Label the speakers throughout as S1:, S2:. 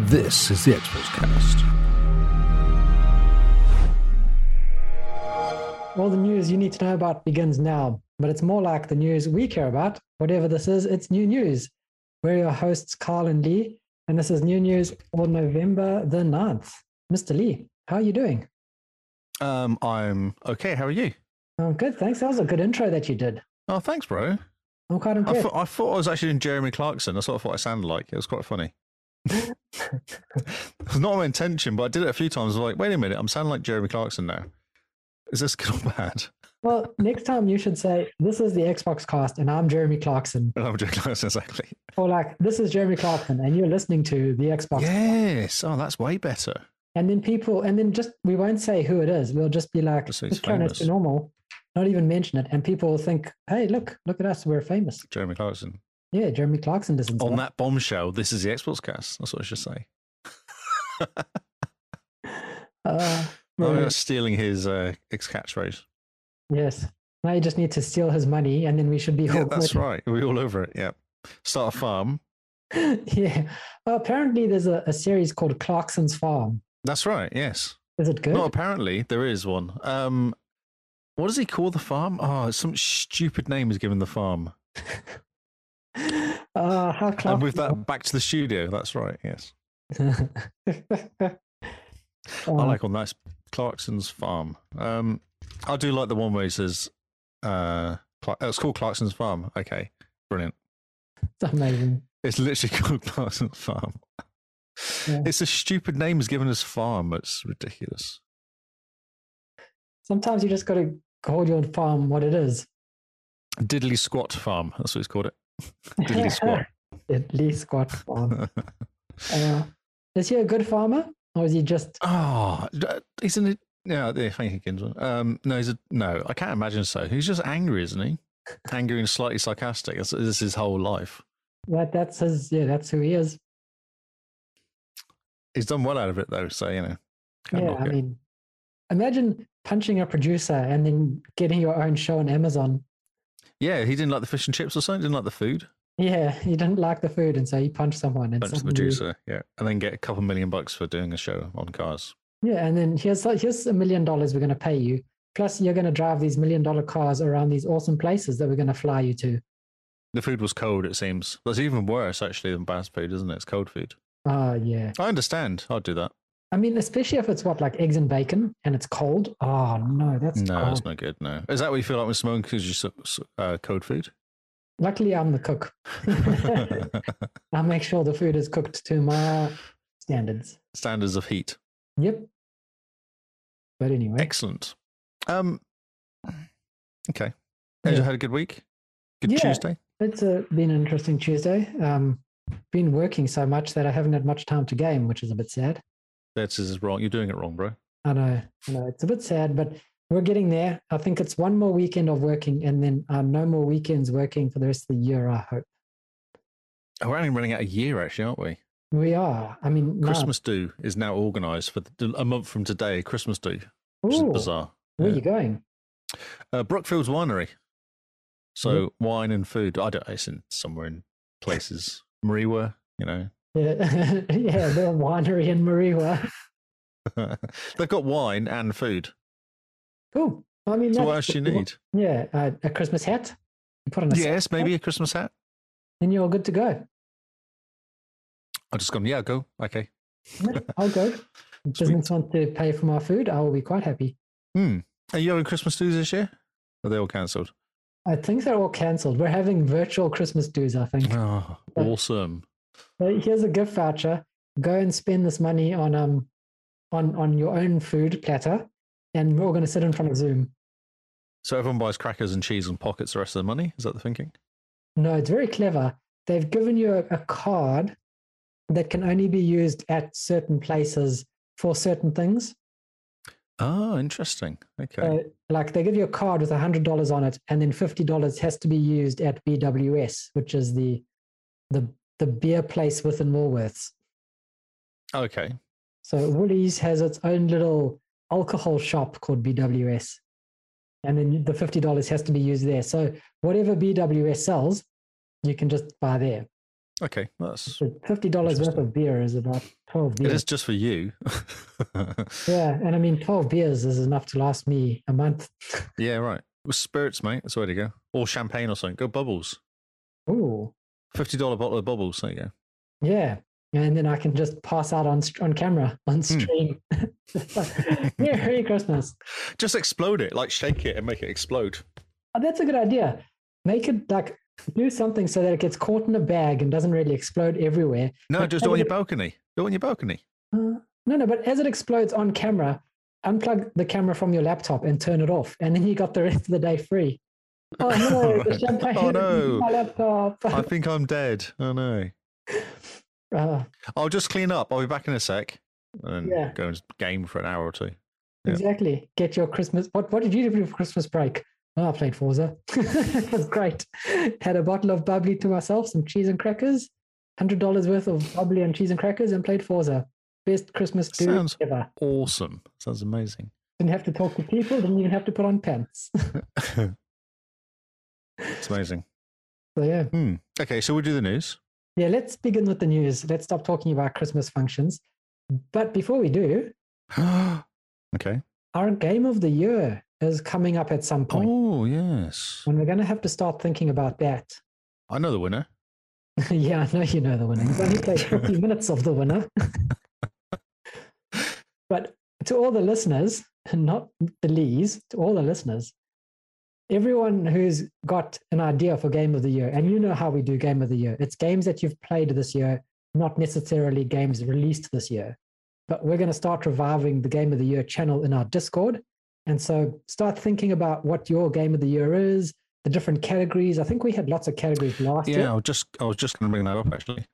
S1: This is the Expos Cast.
S2: All the news you need to know about begins now, but it's more like the news we care about. Whatever this is, it's new news. We're your hosts, Carl and Lee, and this is new news for November the 9th. Mr. Lee, how are you doing?
S1: Um, I'm okay. How are you?
S2: Oh, good, thanks. That was a good intro that you did.
S1: Oh, thanks, bro.
S2: I'm quite
S1: I,
S2: impressed.
S1: thought I thought I was actually in Jeremy Clarkson. That's what I thought I sounded like. It was quite funny. it was not my intention, but I did it a few times. I was like, wait a minute, I'm sounding like Jeremy Clarkson now. Is this good or bad?
S2: Well, next time you should say, This is the Xbox cast, and I'm Jeremy Clarkson.
S1: And I'm Jeremy Clarkson, exactly.
S2: Or like, This is Jeremy Clarkson, and you're listening to the Xbox.
S1: Yes. Oh, that's way better.
S2: And then people, and then just, we won't say who it is. We'll just be like,
S1: Just
S2: Just,
S1: say it's
S2: trying
S1: famous.
S2: to normal, not even mention it. And people will think, Hey, look, look at us. We're famous.
S1: Jeremy Clarkson.
S2: Yeah, Jeremy Clarkson doesn't.
S1: On that bombshell, this is the Xbox cast. That's what I should say.
S2: Uh,
S1: I'm
S2: right.
S1: just Oh, stealing his uh, ex catchphrase.
S2: Yes. Now you just need to steal his money, and then we should be.
S1: Yeah,
S2: all
S1: that's
S2: good.
S1: right. We're all over it. Yeah. Start a farm.
S2: yeah. Well, apparently there's a, a series called Clarkson's Farm.
S1: That's right. Yes.
S2: Is it good?
S1: No, apparently there is one. Um, what does he call the farm? Oh, some stupid name is given the farm.
S2: Uh, how Clarkson.
S1: And with that, back to the studio. That's right. Yes, I
S2: Um,
S1: like all nice Clarkson's farm. Um, I do like the one where he says, uh, Cla- oh, "It's called Clarkson's farm." Okay, brilliant.
S2: It's amazing.
S1: It's literally called Clarkson's farm.
S2: Yeah.
S1: It's a stupid name is given as farm. It's ridiculous.
S2: Sometimes you just got to hold your farm what it is.
S1: Diddly squat farm. That's what he's called it. Diddly squat.
S2: At least squat farm. Uh, is he a good farmer, or is he just?
S1: Oh, d- he's an. Yeah, yeah, thank you, Kinsman. Um, no, he's a, no. I can't imagine so. He's just angry, isn't he? angry and slightly sarcastic. That's, this is his whole life.
S2: That that's his. Yeah, that's who he is.
S1: He's done well out of it, though. So you know, can't
S2: yeah,
S1: knock
S2: I
S1: it.
S2: mean, imagine punching a producer and then getting your own show on Amazon.
S1: yeah. He didn't like the fish and chips or something. Didn't like the food.
S2: Yeah, he didn't like the food, and so he punched someone. And
S1: Bunch the
S2: suddenly-
S1: producer, yeah, and then get a couple million bucks for doing a show on cars.
S2: Yeah, and then here's here's a million dollars we're going to pay you. Plus, you're going to drive these million dollar cars around these awesome places that we're going to fly you to.
S1: The food was cold. It seems that's even worse actually than fast food, isn't it? It's cold food.
S2: Ah, yeah.
S1: I understand. I'd do that.
S2: I mean, especially if it's what like eggs and bacon and it's cold. Oh no, that's
S1: no,
S2: cold.
S1: it's not good. No, is that what you feel like when smoking? Because you so- so- uh, cold food.
S2: Luckily, I'm the cook. I'll make sure the food is cooked to my standards.
S1: Standards of heat.
S2: Yep. But anyway,
S1: Excellent. Um, okay. Has
S2: Yeah.
S1: you had a good week? Good
S2: Yeah.
S1: Tuesday?
S2: It's uh, been an interesting Tuesday. Um, been working so much that I haven't had much time to game, which is a bit sad.
S1: That is wrong. You're doing it wrong, bro.
S2: I know, I know, it's a bit sad, but we're getting there. I think it's one more weekend of working, and then uh, no more weekends working for the rest of the year. I hope
S1: Oh, We're only running out a year, actually, aren't we?
S2: we are. I mean, now-
S1: Christmas do is now organised for the, a month from today. Christmas do, which
S2: Ooh,
S1: is bizarre.
S2: Where
S1: yeah.
S2: are you going?
S1: Uh, Brookfield's Winery. So wine and food. I don't. It's in somewhere in places. Mariwa, you know.
S2: Yeah, yeah, the winery in Mariwa.
S1: They've got wine and food.
S2: Cool. I mean,
S1: So
S2: that's
S1: what else do you
S2: what
S1: need?
S2: Yeah, uh, a Christmas hat. You put on a
S1: Yes, maybe a Christmas hat.
S2: and you're good to go.
S1: I've just gone. Yeah, go. Okay.
S2: Yeah, I'll go. If
S1: Sweet.
S2: Business want to pay for my food. I will be quite happy.
S1: Hmm. Are you having Christmas dues this year? Are they all cancelled?
S2: I think they're all cancelled. We're having virtual Christmas dues, I think.
S1: Oh, awesome.
S2: But here's a gift voucher. Go and spend this money on um on on your own food platter, and we're all going to sit in front of Zoom.
S1: So everyone buys crackers and cheese and pockets the rest of the money? Is that the thinking?
S2: No, it's very clever. They've given you a, a card that can only be used at certain places for certain things.
S1: Oh, interesting. Okay.
S2: Uh, like they give you a card with $100 on it and then $50 has to be used at BWS which is the the the beer place within Woolworths.
S1: okay.
S2: So Woolies has its own little alcohol shop called BWS. And then the $50 has to be used there. So whatever BWS sells, you can just buy there.
S1: Okay, well, that's
S2: So fifty dollars worth
S1: Interesting.
S2: of beer is about twelve
S1: it
S2: beers.
S1: is just for you.
S2: Yeah, and I mean twelve beers is enough to last me a month.
S1: yeah, right. Well, spirits, mate. That's the way to go. Or champagne or something. Go bubbles.
S2: Ooh,
S1: Fifty dollar bottle of bubbles. There you go.
S2: yeah, and then I can just pass out on st- on camera
S1: Hmm.
S2: on stream. Merry Christmas.
S1: Just explode it. Like shake it and make it explode.
S2: Oh, that's a good idea. Make it like do something so that it gets caught in a bag and doesn't really explode everywhere.
S1: No,
S2: But
S1: just do it on
S2: maybe
S1: your balcony. Do it on your balcony.
S2: Uh, no, no, but as it explodes on camera, unplug the camera from your laptop and turn it off, and then you got the rest of the day free. Oh no, the
S1: Right.
S2: champagne
S1: Oh,
S2: is in
S1: no.
S2: my laptop.
S1: I think I'm dead. Oh no.
S2: Uh,
S1: I'll just clean up. I'll be back in a sec. And
S2: Yeah.
S1: go and game for an hour or two. Yeah.
S2: Exactly. Get your Christmas. What What did you do for Christmas break? Oh, I played Forza. it was great. Had a bottle of bubbly to myself, some cheese and crackers, hundred dollars worth of bubbly and cheese and crackers, and played Forza. Best Christmas do
S1: Sounds-
S2: ever.
S1: Awesome. Sounds amazing.
S2: Didn't have to talk to people. Didn't even have to put on pants.
S1: it's amazing.
S2: so yeah.
S1: Hmm. Okay, so we'll do the news.
S2: Yeah, let's begin with the news. Let's stop talking about Christmas functions. But before we do,
S1: okay.
S2: our game of the year is coming up at some point.
S1: Oh yes.
S2: And we're going to have to start thinking about that.
S1: I know the winner.
S2: yeah, I know you know the winner. You've only played 50 minutes of the winner. but to all the listeners, and not the Lees, to all the listeners, everyone who's got an idea for game of the year, and you know how we do game of the year, it's games that you've played this year, not necessarily games released this year. But we're going to start reviving the game of the year channel in our Discord. And so start thinking about what your game of the year is, the different categories. I think we had lots of categories last year.
S1: Yeah, I was just I was just gonna bring that up actually.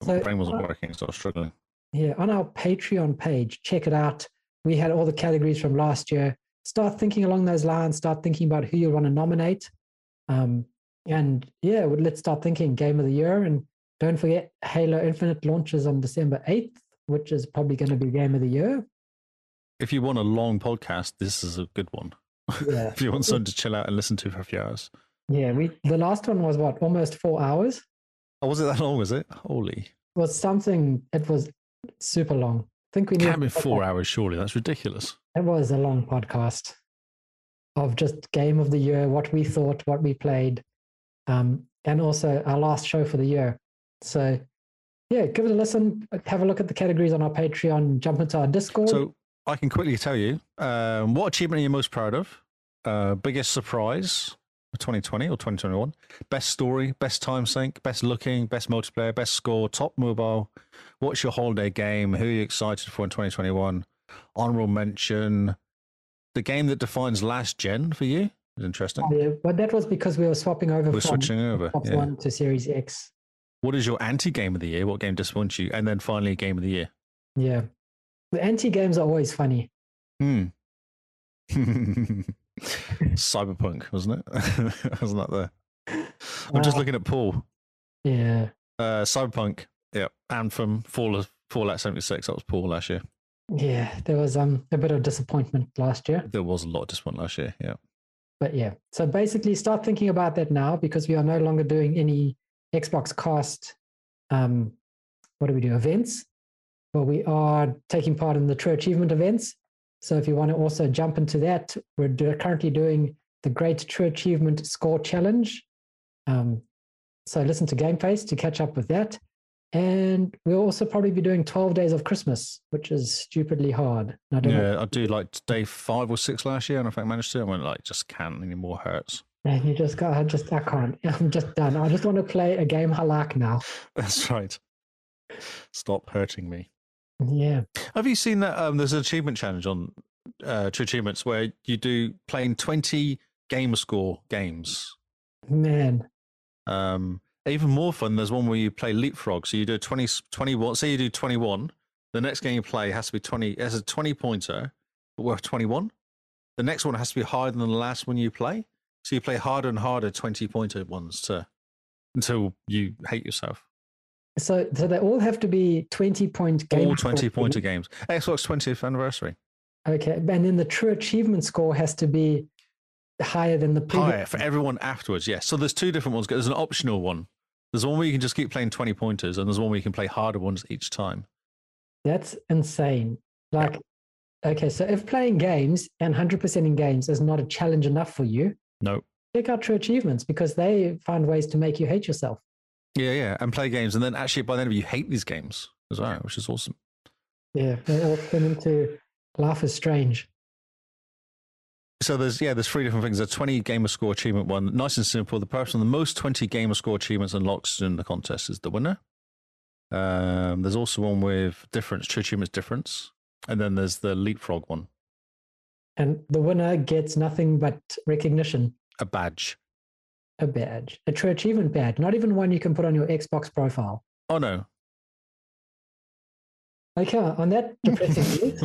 S1: My
S2: So-
S1: brain wasn't working, so I was struggling.
S2: Yeah, on our Patreon page, check it out. We had all the categories from last year. Start thinking along those lines. Start thinking about who you want to nominate. Um, and yeah, well, let's start thinking game of the year. And don't forget, Halo Infinite launches on December 8th, which is probably going to be game of the year.
S1: If you want a long podcast, this is a good one.
S2: Yeah.
S1: if you want someone to chill out and listen to for a few hours.
S2: Yeah, we the last one was what almost four hours.
S1: Oh, was it that long, was it? Holy.
S2: It was something. It was super long. I think we need
S1: Can't be four hours, surely. That's ridiculous.
S2: It was a long podcast of just game of the year, what we thought, what we played, um, and also our last show for the year. So, yeah, give it a listen. Have a look at the categories on our Patreon. Jump into our Discord.
S1: So I can quickly tell you um, what achievement are you most proud of? Uh, biggest surprise of 2020 or 2021? Best story, best time sync, best looking, best multiplayer, best score, top mobile. What's your holiday game? Who are you excited for in 2021? Honorable mention. The game that defines last gen for you is interesting.
S2: Oh, Yeah, but that was because we were swapping over
S1: We're
S2: from
S1: switching over.
S2: Xbox
S1: yeah.
S2: One to Series X.
S1: What is your anti game of the year? What game disappoints you? And then finally, game of the year.
S2: Yeah, the anti games are always funny.
S1: Hmm. Cyberpunk, wasn't it? wasn't that there? I'm just
S2: Wow.
S1: looking at Paul.
S2: Yeah,
S1: Uh, Cyberpunk. Yep. And from Fall Fallout 76. That was Paul last year.
S2: yeah, there was um a bit of disappointment last year.
S1: There was a lot of disappointment last year. Yeah.
S2: But yeah, so basically start thinking about that now because we are no longer doing any Xbox cast. Um, what do we do? Events. Well, we are taking part in the True Achievement events. So if you want to also jump into that, we're do- currently doing the Great True Achievement Score Challenge. Um, so listen to Game Face to catch up with that. And we'll also probably be doing 12 Days of Christmas, which is stupidly hard. And I don't know
S1: Yeah. I do like day five or six last year, and if I managed to, I went like just can't anymore. Hurts.
S2: And you just go, I just, I can't. I'm just done. I just want to play a game I like now.
S1: That's right. Stop hurting me.
S2: Yeah.
S1: Have you seen that? Um, there's an achievement challenge on uh, True Achievements where you do playing 20 game score games.
S2: Man.
S1: Um, even more fun, there's one where you play leapfrog. So you do 20, 21. Say you do 21. The next game you play has to be 20. It has a 20 pointer, but worth 21. The next one has to be higher than the last one you play. So you play harder and harder 20 pointer ones to, until you hate yourself.
S2: So, so they all have to be 20 point game.
S1: All 20
S2: score.
S1: pointer games. Xbox 20th anniversary.
S2: Okay. And then the true achievement score has to be higher than the previous.
S1: Higher for everyone afterwards. Yes. So there's two different ones. There's an optional one There's one where you can just keep playing 20 pointers, and there's one where you can play harder ones each time.
S2: That's insane. Like, okay, so if playing games and 100% in games is not a challenge enough for you,
S1: No.
S2: check out True Achievements because they find ways to make you hate yourself.
S1: Yeah, yeah. And play games. And then actually, by the end of it, you hate these games as well, which is awesome.
S2: Yeah, they all turn into Life is Strange.
S1: So there's yeah, there's three different things. There's 20 gamer score achievement one, nice and simple. The person with the most 20 gamer score achievements unlocks in the contest is the winner. Um, there's also one with difference, true achievements difference, and then there's the leapfrog one,
S2: And the winner gets nothing but recognition,
S1: a badge.
S2: a badge, a True Achievement badge, not even one you can put on your Xbox profile.
S1: Oh no!
S2: Okay, on that depressing news,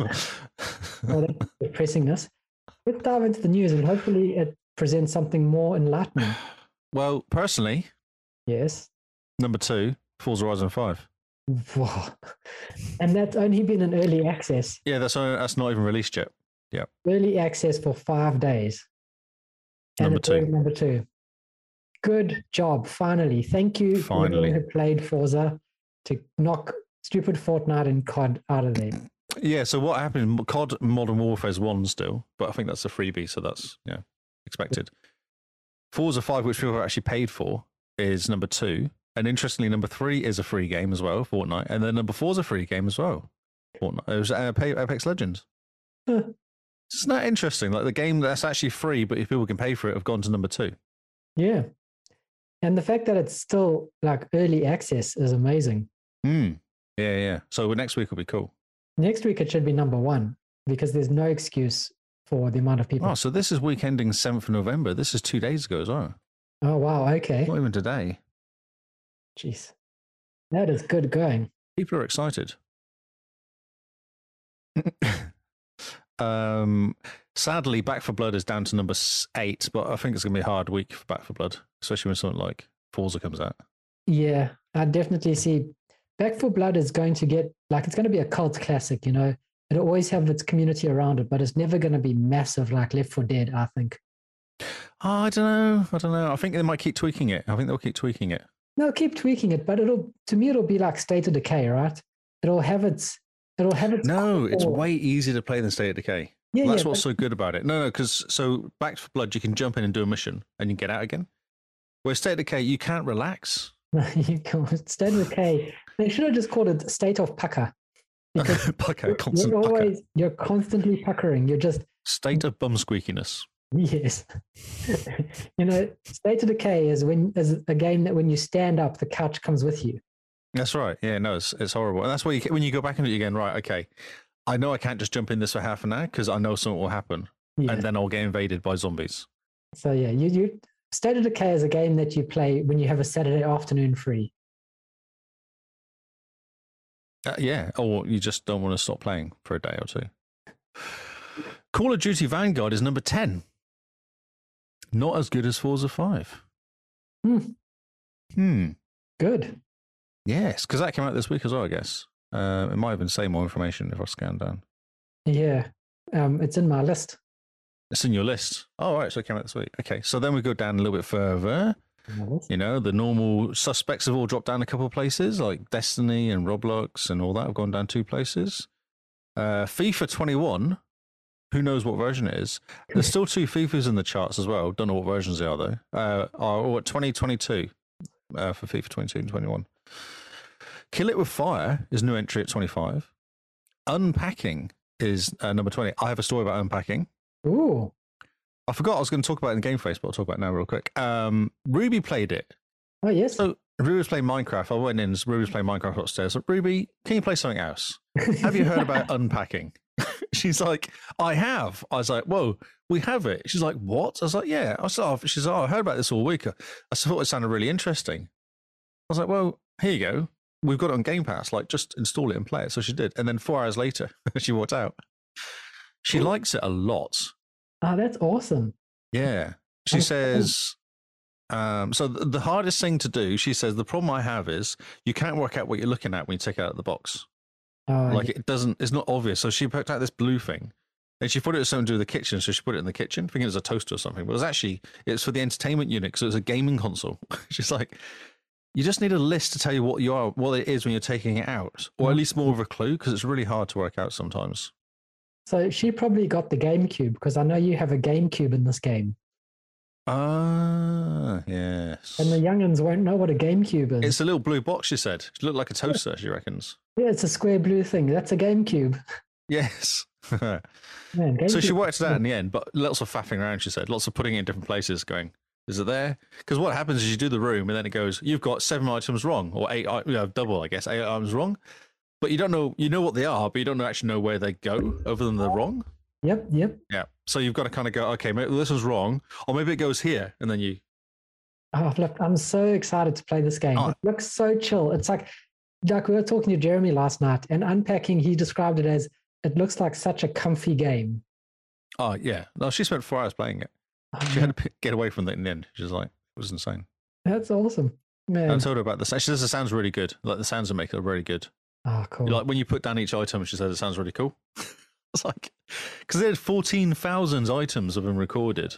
S2: well, that's depressingness. Let's dive into the news and hopefully it presents something more enlightening.
S1: well, personally,
S2: Yes.
S1: number two, Forza Horizon Five.
S2: Wow. And that's only been an early access.
S1: Yeah, that's not, that's not even released yet.
S2: Early access for five days. And
S1: Number
S2: it's
S1: two.
S2: already Number two. Good job. Finally. Thank you for everyone
S1: Finally.
S2: who played Forza to knock stupid Fortnite and COD out of there.
S1: Yeah. So what happened? COD Modern Warfare's one still, but I think that's a freebie, so that's yeah expected. Forza Five, which people have actually paid for, is number two, and interestingly, number three is a free game as well, Fortnite, and then number four is a free game as well, Fortnite. It was uh, Pa- Apex Legends.
S2: Huh.
S1: Isn't that interesting? Like the game that's actually free, but if people can pay for it, have gone to number two.
S2: Yeah. And the fact that it's still like early access is amazing.
S1: Hmm. Yeah, yeah. So next week will be cool.
S2: Next week it should be number one because there's no excuse for the amount of people.
S1: Oh, so this is week ending seventh of November. This is two days ago as well.
S2: Oh wow, okay.
S1: Not even today.
S2: Jeez. That is good going.
S1: people are excited. um, sadly, Back for Blood is down to number s- eight, but I think it's going to be a hard week for Back for Blood, especially when something like Forza comes out.
S2: Yeah, I definitely see Back for Blood is going to get like it's going to be a cult classic, you know. It'll always have its community around it, but it's never going to be massive like Left 4 Dead, I think.
S1: Oh, I don't know. I don't know. I think they might keep tweaking it. I think they'll keep tweaking it.
S2: No, keep tweaking it, but it'll to me it'll be like State of Decay, right? It'll have its it'll have its
S1: No, it's
S2: core.
S1: way easier to play than State of Decay.
S2: yeah,
S1: That's
S2: yeah,
S1: what's
S2: but-
S1: so good about it. No, no, because so Back for Blood, you can jump in and do a mission and you get out again. Whereas State of Decay, you can't relax.
S2: you can't. State of Decay. They should have just called it State of Pucker. Because
S1: pucker,
S2: you're-
S1: constant
S2: you're
S1: pucker.
S2: always you're constantly puckering. You're just
S1: State of bum squeakiness.
S2: Yes. you know, State of Decay is when is a game that when you stand up, the couch comes with you.
S1: That's right. Yeah, no, it's, it's horrible. And that's why you, ca- when you go back into it again, right, okay, I know I can't just jump in this for half an hour because I know something will happen
S2: Yeah.
S1: and then I'll get invaded by zombies.
S2: so yeah, you you State of Decay is a game that you play when you have a Saturday afternoon free.
S1: Uh, yeah, or you just don't want to stop playing for a day or two. Call of Duty Vanguard is number 10. Not as good as Forza 5.
S2: Hmm.
S1: Hmm.
S2: Good.
S1: Yes, because that came out this week as well, I guess. Uh, it might even say more information if I scan down.
S2: Yeah. Um, it's in my list.
S1: It's in your list. Oh, right. So it came out this week. Okay. So then we go down a little bit further.
S2: My list.
S1: You know, the normal suspects have all dropped down a couple of places, like Destiny and Roblox and all that have gone down two places. Uh, FIFA 21, who knows what version it is? There's still two FIFAs in the charts as well. Don't know what versions they are, though. Uh, are all at 2022 uh, for FIFA 22 and 21. Kill It With Fire is new entry at 25. Unpacking is uh, number 20. I have a story about unpacking.
S2: Oooo.
S1: I forgot I was going to talk about it in Game Face, but I'll talk about it now real quick. Um, Ruby played it.
S2: Oh yes.
S1: So Ruby was playing Minecraft. I went in. Ruby was playing Minecraft upstairs. Ruby, can you play something else? Have you heard about unpacking? She's like, I have. I was like, whoa, we have it. She's like, what? I was like, yeah. I was like, oh. she's like, oh, I heard about this all week. I thought it sounded really interesting. I was like, well, here you go. We've got it on Game Pass. Like, just install it and play it. So she did. And then four hours later, she walked out. She likes it a lot.
S2: Oh, that's awesome.
S1: Yeah. She
S2: Oh, cool.
S1: says, um, so th- the hardest thing to do, she says, the problem I have is you can't work out what you're looking at when you take it out of the box.
S2: Oh,
S1: Like it doesn't, it's not obvious. So she picked out this blue thing and she thought it was something to do with the kitchen. So she put it in the kitchen, thinking it was a toaster or something. But it was actually, it's for the entertainment unit. So it's a gaming console. She's like, You just need a list to tell you what you are, what it is when you're taking it out, or at least more of a clue, because it's really hard to work out sometimes.
S2: So she probably got the GameCube because I know you have a GameCube in this game,
S1: Ah, yes.
S2: and the younguns won't know what a GameCube is.
S1: It's a little blue box. She said it looked like a toaster. She reckons.
S2: yeah, it's a square blue thing. That's a GameCube.
S1: Yes. so
S2: Man,
S1: she
S2: GameCube-
S1: worked that in the end, but lots of faffing around. She said lots of putting it in different places. Going, is it there? Because what happens is you do the room, and then it goes, you've got seven items wrong, or eight, i- you know, double, I guess, eight items wrong. But you don't know. You know what they are, but you don't actually know where they go, other than they're wrong.
S2: Yep, yep.
S1: Yeah. So you've got to kind of go, okay, maybe this is wrong, or maybe it goes here, and then you.
S2: Oh, look, I'm so excited to play this game.
S1: Oh.
S2: It looks so chill. It's like, like we were talking to Jeremy last night and unpacking, he described it as it looks like such a comfy game.
S1: Oh yeah. No, she spent four hours playing it.
S2: Oh,
S1: She had to p- get away from it in the end. She was like, it was insane.
S2: that's awesome.
S1: I
S2: Man.
S1: told her about the sound. She says it sounds really good. Like the sounds they make are really good.
S2: Oh, cool.
S1: Like when you put down each item, she says it sounds really cool. it's like because they had fourteen thousand items of them recorded,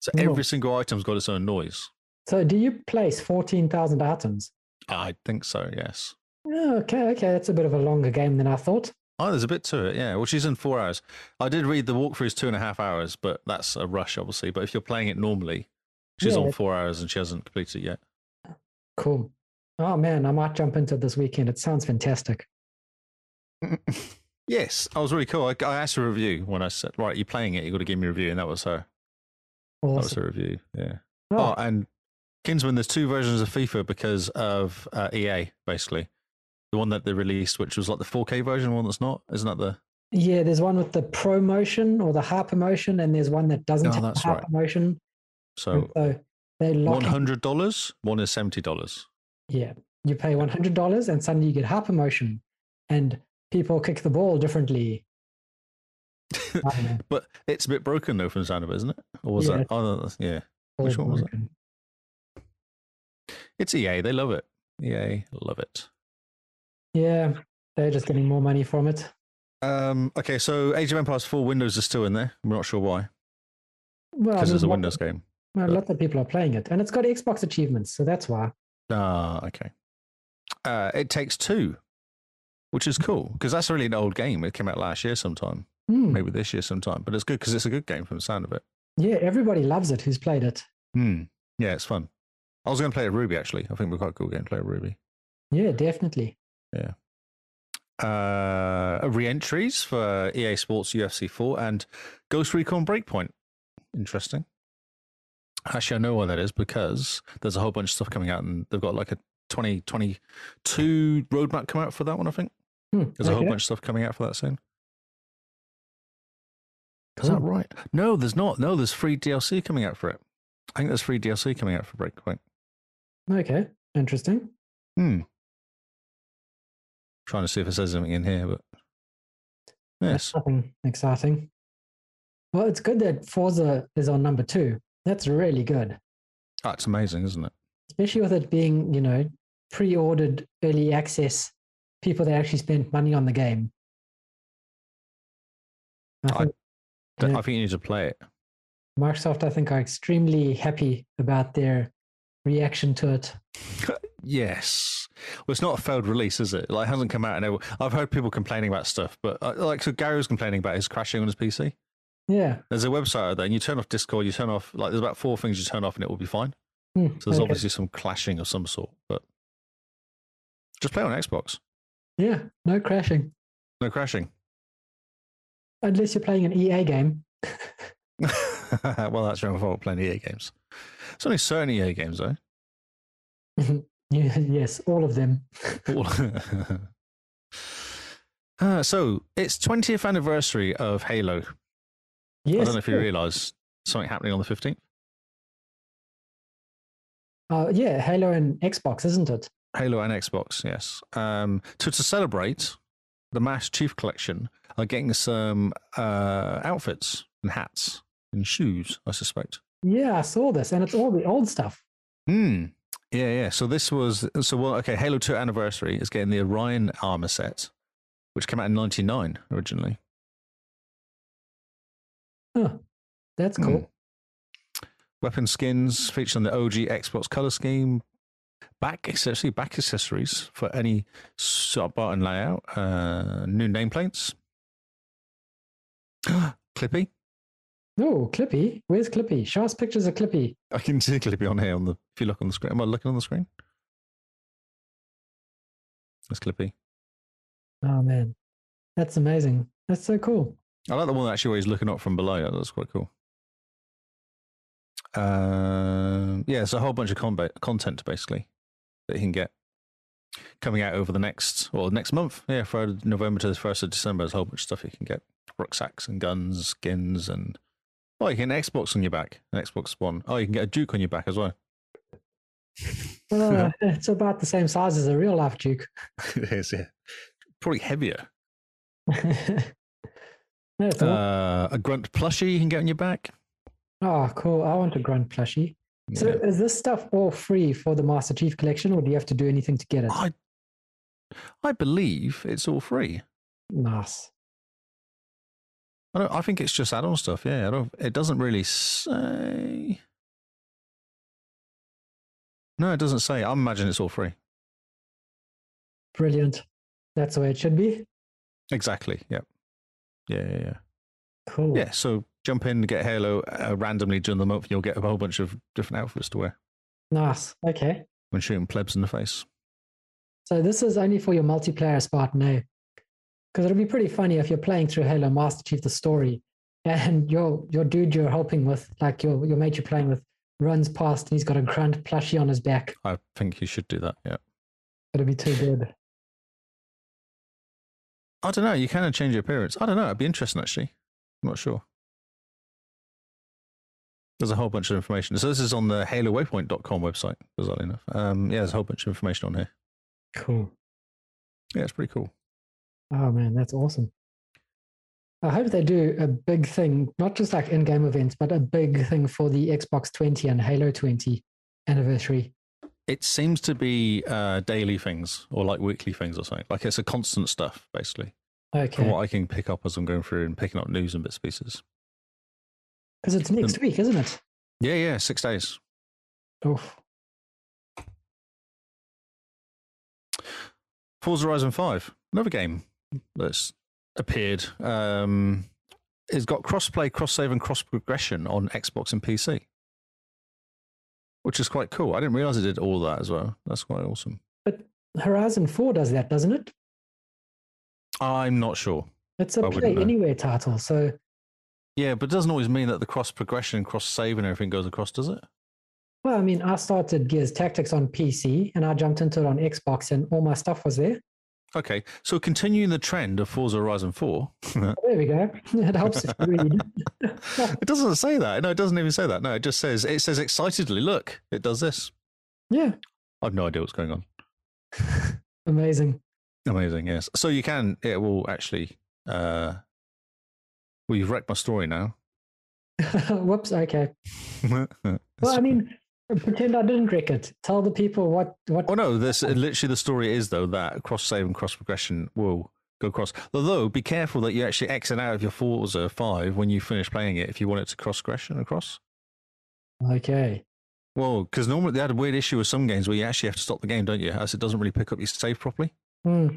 S1: so
S2: Whoa.
S1: every single item's got its own noise.
S2: so, do you place 14,000 items?
S1: I think so. Yes.
S2: Oh, okay, okay. That's a bit of a longer game than I thought.
S1: Oh, there's a bit to it. Yeah. Well, she's in four hours. I did read the walkthrough's two and a half hours, but that's a rush, obviously. But if you're playing it normally, she's
S2: Yeah.
S1: on four hours and she hasn't completed it yet.
S2: Cool. Oh, man, I might jump into it this weekend. It sounds fantastic.
S1: Yes, I was really cool. I, I asked for a review when I said, "Right, you're playing it. You got to give me a review," and that was her. That was
S2: Awesome.
S1: her review. Yeah.
S2: Oh,
S1: Oh, and Kinsman, there's two versions of FIFA because of uh, EA, basically. The one that they released, which was like the 4K version, one that's not, isn't that the?
S2: yeah, there's one with the pro motion or the hyper motion, and there's one that doesn't
S1: Oh,
S2: have
S1: that's
S2: hyper
S1: right.
S2: motion. And
S1: So
S2: So, they lock
S1: one hundred dollars, one is seventy dollars.
S2: Yeah. You pay $100 and suddenly you get hyper motion and people kick the ball differently. I don't know,
S1: But it's a bit broken though, from the sound of it, isn't it? Or was
S2: Yeah.
S1: that? Oh, no, yeah, Which
S2: ball
S1: one was it?
S2: broken.
S1: it's EA. They love it. EA love it.
S2: Yeah. They're just getting more money from it.
S1: Um, okay, so Age of Empires Four Windows is still in there. We're not sure why
S2: Well, I
S1: because
S2: mean,
S1: it's a
S2: lot-
S1: Windows game.
S2: well, lots of people are playing it and it's got Xbox achievements. So that's why.
S1: Ah, okay. Uh, it takes two, which is cool because that's really an old game. It came out last year sometime,
S2: Hmm.
S1: maybe this year sometime, but it's good because it's a good game from the sound of it.
S2: Yeah. Everybody loves it who's played it.
S1: Hmm. Yeah, it's fun. I was going to play a Ruby actually. I think we're quite a cool game to play a Ruby.
S2: Yeah, definitely.
S1: Uh, re-entries for EA Sports UFC 4 and Ghost Recon Breakpoint. Interesting. Actually, I know why that is because there's a whole bunch of stuff coming out, and they've got like a 2022 roadmap come out for that one. I think.
S2: Hmm.
S1: There's a whole
S2: okay.
S1: bunch of stuff coming out for that soon. Is
S2: Cool.
S1: that right? No, there's not. No, there's free DLC coming out for it. I think there's free DLC coming out for Breakpoint.
S2: Okay. Interesting.
S1: Hmm. Trying to see if it says anything in here, but yes,
S2: Nothing exciting. Well, it's good that Forza is on number two. That's really good.
S1: that's amazing, isn't it?
S2: especially with it being you know pre-ordered early access people that actually spent money on the game I
S1: I-
S2: think
S1: Th-
S2: Yeah.
S1: I think you need to play it.
S2: microsoft i think are extremely happy about their reaction to it
S1: Yes. Well, it's not a failed release, is it? Like, it hasn't come out. And it- I've heard people complaining about stuff, but uh, like, so Gary was complaining about his crashing on his PC.
S2: yeah
S1: There's a website out there, and you turn off Discord, you turn off, like, there's about four things you turn off, and it will be fine.
S2: Hmm,
S1: So there's
S2: okay.
S1: obviously some clashing of some sort, but just play on Xbox.
S2: yeah no crashing
S1: No crashing.
S2: unless you're playing an ea game
S1: well, that's your own fault playing EA E games. It's only certain EA games, though.
S2: Yeah, yes all of them
S1: All- Uh, so it's 20th anniversary of Halo.
S2: yes
S1: I don't know if you
S2: cool.
S1: realise something happening on the 15th.
S2: uh, yeah halo and xbox isn't it
S1: Halo and Xbox, yes. Um, to, to celebrate, the Mass Chief Collection are getting some uh, outfits and hats and shoes, I suspect.
S2: yeah i saw this and it's all the old stuff
S1: Hmm. Yeah, yeah. So this was so well. Okay, Halo Two Anniversary is getting the Orion armor set, which came out in '99 originally.
S2: that's cool
S1: Hmm. Weapon skins featured on the OG Xbox color scheme, back accessory, back accessories for any sub button layout, uh, new nameplates. Clippy.
S2: Oh, Clippy. Where's Clippy? Show us pictures of Clippy.
S1: I can see Clippy on here on the if you look on the screen. Am I looking on the screen? That's Clippy.
S2: Oh, man. That's amazing. That's so cool.
S1: I like the one actually where he's looking up from below. That looks quite cool. Um, yeah, it's a whole bunch of combat content basically that he can get coming out over the next well next month. Yeah, Friday November to the first of December. There's a whole bunch of stuff you can get: rucksacks and guns, skins, and oh, you can get an Xbox on your back, an Xbox One. Oh, you can get a Duke on your back as well.
S2: Uh, it's about the same size as a real life Duke.
S1: it is, yeah, probably heavier.
S2: No, it's not.
S1: Uh, a grunt plushie you can get on your back.
S2: oh, cool. I want a grunt plushie. So
S1: Yeah.
S2: is this stuff all free for the Master Chief Collection, or do you have to do anything to get it?
S1: I, I believe it's all free.
S2: Nice.
S1: I don't. I think it's just add-on stuff. Yeah, I don't. It doesn't really say. No, it doesn't say. I imagine it's all free.
S2: Brilliant. That's the way it should be.
S1: Exactly. Yeah. Yeah. Yeah. Yeah.
S2: Cool.
S1: Yeah. So jump in, get Halo uh, randomly during the month, and you'll get a whole bunch of different outfits to wear
S2: Nice. Okay.
S1: when shooting plebs in the face.
S2: So this is only for your multiplayer Spartan A. Because it'll be pretty funny if you're playing through Halo Master Chief the story and your your dude you're helping with, like your your mate you're playing with, runs past and he's got a grunt plushie on his back.
S1: I think you should do that. Yeah.
S2: It'll be too good.
S1: I don't know. You can change your appearance. I don't know. It'd be interesting, actually. I'm not sure. There's a whole bunch of information. So this is on the HaloWaypoint.com website, bizarrely enough. Um, yeah, there's a whole bunch of information on here.
S2: Cool.
S1: Yeah, it's pretty cool.
S2: Oh man, that's awesome. I hope they do a big thing, not just like in-game events, but a big thing for the Xbox 20 and Halo 20 anniversary.
S1: It seems to be uh, daily things or like weekly things or something. Like it's a constant stuff, basically, from
S2: Okay.
S1: what I can pick up as I'm going through and picking up news and bits and pieces.
S2: Because it's next week, isn't it?
S1: Yeah, yeah, six days.
S2: Oh,
S1: Forza Horizon 5, another game that's appeared. Um, it's got cross play, cross save, and cross progression on Xbox and PC, which is quite cool. I didn't realize it did all that as well. That's quite awesome.
S2: Horizon 4 does that, doesn't it?
S1: I'm not sure.
S2: It's a
S1: I wouldn't
S2: play
S1: know.
S2: anywhere title. So
S1: Yeah, but it doesn't always mean that the cross progression, cross save, and everything goes across, does it?
S2: Well, I mean, I started Gears Tactics on PC and I jumped into it on Xbox and all my stuff was there.
S1: Okay, so continuing the trend of Forza Horizon 4,
S2: There we go. It helps if you read.
S1: it doesn't say that. No, it doesn't even say that. No, it just says, it says excitedly, look, it does this.
S2: Yeah,
S1: I've no idea what's going on.
S2: amazing.
S1: Amazing, yes. So you can, it will actually, uh, well, you've wrecked my story now.
S2: Whoops, okay. Well,
S1: That's-
S2: I mean, pretend I didn't wreck it. Tell the people what, what
S1: oh no, this literally the story is though that cross save and cross progression will go across. Although, be careful that you actually exit out of your Forza 5 when you finish playing it if you want it to cross progression across.
S2: okay.
S1: Well, because normally they had a weird issue with some games where you actually have to stop the game, don't you? As it doesn't really pick up your save properly.
S2: Hmm.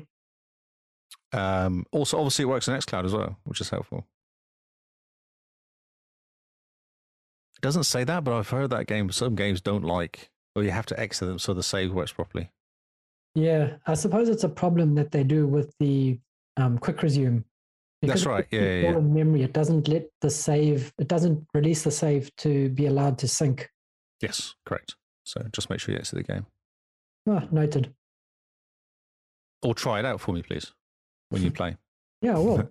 S1: Um, also, obviously, it works on xCloud as well, which is helpful. It doesn't say that, but I've heard that game. Some games don't like, or you have to exit them so the save works properly.
S2: Yeah, I suppose it's a problem that they do with the um, quick resume.
S1: That's
S2: Because
S1: right,
S2: it's
S1: yeah, yeah,
S2: all
S1: yeah.
S2: in memory, it doesn't let the save, it doesn't release the save to be allowed to sync.
S1: Yes, correct. So just make sure you exit the game,
S2: Ah, noted.
S1: or try it out for me, please, when you play.
S2: Yeah, I will.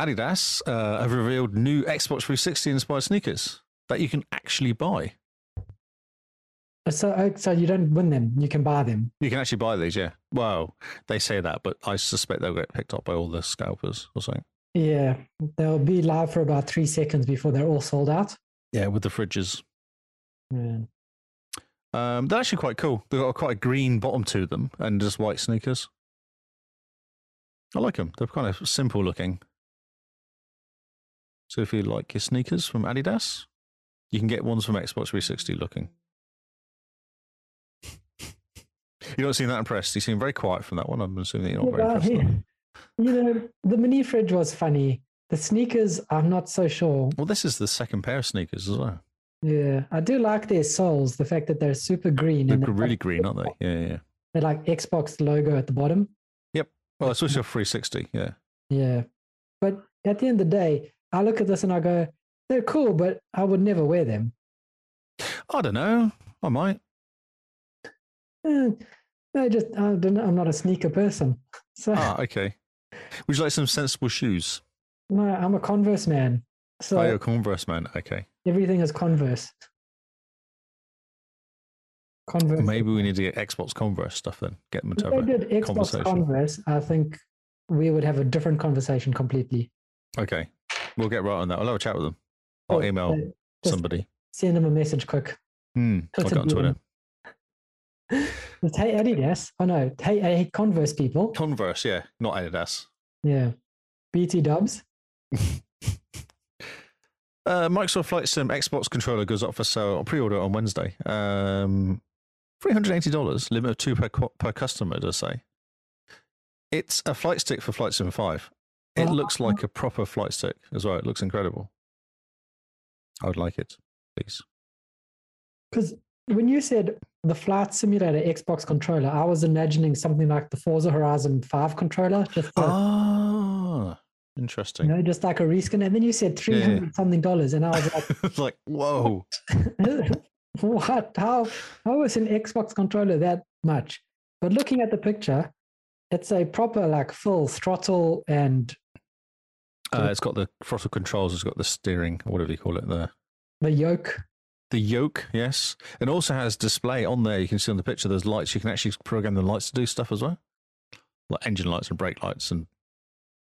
S1: Adidas uh, have revealed new Xbox 360 inspired sneakers that you can actually buy.
S2: So, oh, so you don't win them; you can buy them.
S1: You can actually buy these, yeah. Well, they say that, but I suspect they'll get picked up by all the scalpers or something.
S2: Yeah, they'll be live for about three seconds before they're all sold out.
S1: Yeah, with the fridges.
S2: Yeah.
S1: Um, they're actually quite cool. They've got quite a green bottom to them and just white sneakers. I like them. They're kind of simple looking. So if you like your sneakers from Adidas, you can get ones from Xbox 360 looking. You don't seem that impressed. You seem very quiet from that one. I'm assuming that you're not very
S2: Well,
S1: impressed.
S2: he-
S1: then.
S2: you know, the mini fridge was funny. The sneakers, I'm not so sure.
S1: Well, this is the second pair of sneakers as well.
S2: Yeah, I do like their soles. The fact that they're super green
S1: They're
S2: and they've got-
S1: really green, aren't they? Yeah, yeah, yeah.
S2: they're like Xbox logo at the bottom.
S1: Well, it's also 360. Yeah.
S2: Yeah, but at the end of the day, I look at this and I go, they're cool, but I would never wear them.
S1: I don't know. I might.
S2: Eh, I just, I don't know, I'm not a sneaker person. So
S1: Ah, okay. Would you like some sensible shoes?
S2: no, I'm a Converse man. So
S1: oh, you're a Converse man. Okay.
S2: everything is Converse. Converse.
S1: Maybe we need to get Xbox Converse stuff then. Get them to
S2: If
S1: have a
S2: they did Xbox
S1: conversation.
S2: Converse, I think we would have a different conversation completely.
S1: Okay. We'll get right on that. I'll have a chat with them. I'll
S2: Oh,
S1: email
S2: so just
S1: somebody.
S2: Send them a message quick.
S1: Hmm. I
S2: Twitter
S1: got on
S2: DM.
S1: Twitter.
S2: It's, hey Adidas. Oh no, hey, hey Converse people.
S1: Converse, yeah, not Adidas.
S2: Yeah. BT dubs.
S1: Uh, Microsoft Flight Sim Xbox controller goes up for sale pre-order on Wednesday. Um, Three hundred eighty dollars, limit of two per cu- per customer. It does say it's a flight stick for Flight Sim Five. It
S2: Oh.
S1: looks like a proper flight stick as well. It looks incredible. I would like it, please.
S2: Because when you said the flight simulator Xbox controller, I was imagining something like the Forza Horizon 5 controller. Just a-
S1: Ah, interesting.
S2: you know, just like a reskin. And then you said
S1: Yeah, yeah.
S2: 300 something dollars. And I was like,
S1: it's like whoa.
S2: what? How, how is an Xbox controller that much? But looking at the picture, it's a proper like full throttle and
S1: Uh, it's got the throttle controls. It's got the steering, or whatever you call it there.
S2: the yoke.
S1: The yoke, yes. And also has display on there. You can see on the picture there's lights. You can actually program the lights to do stuff as well. Like engine lights and brake lights and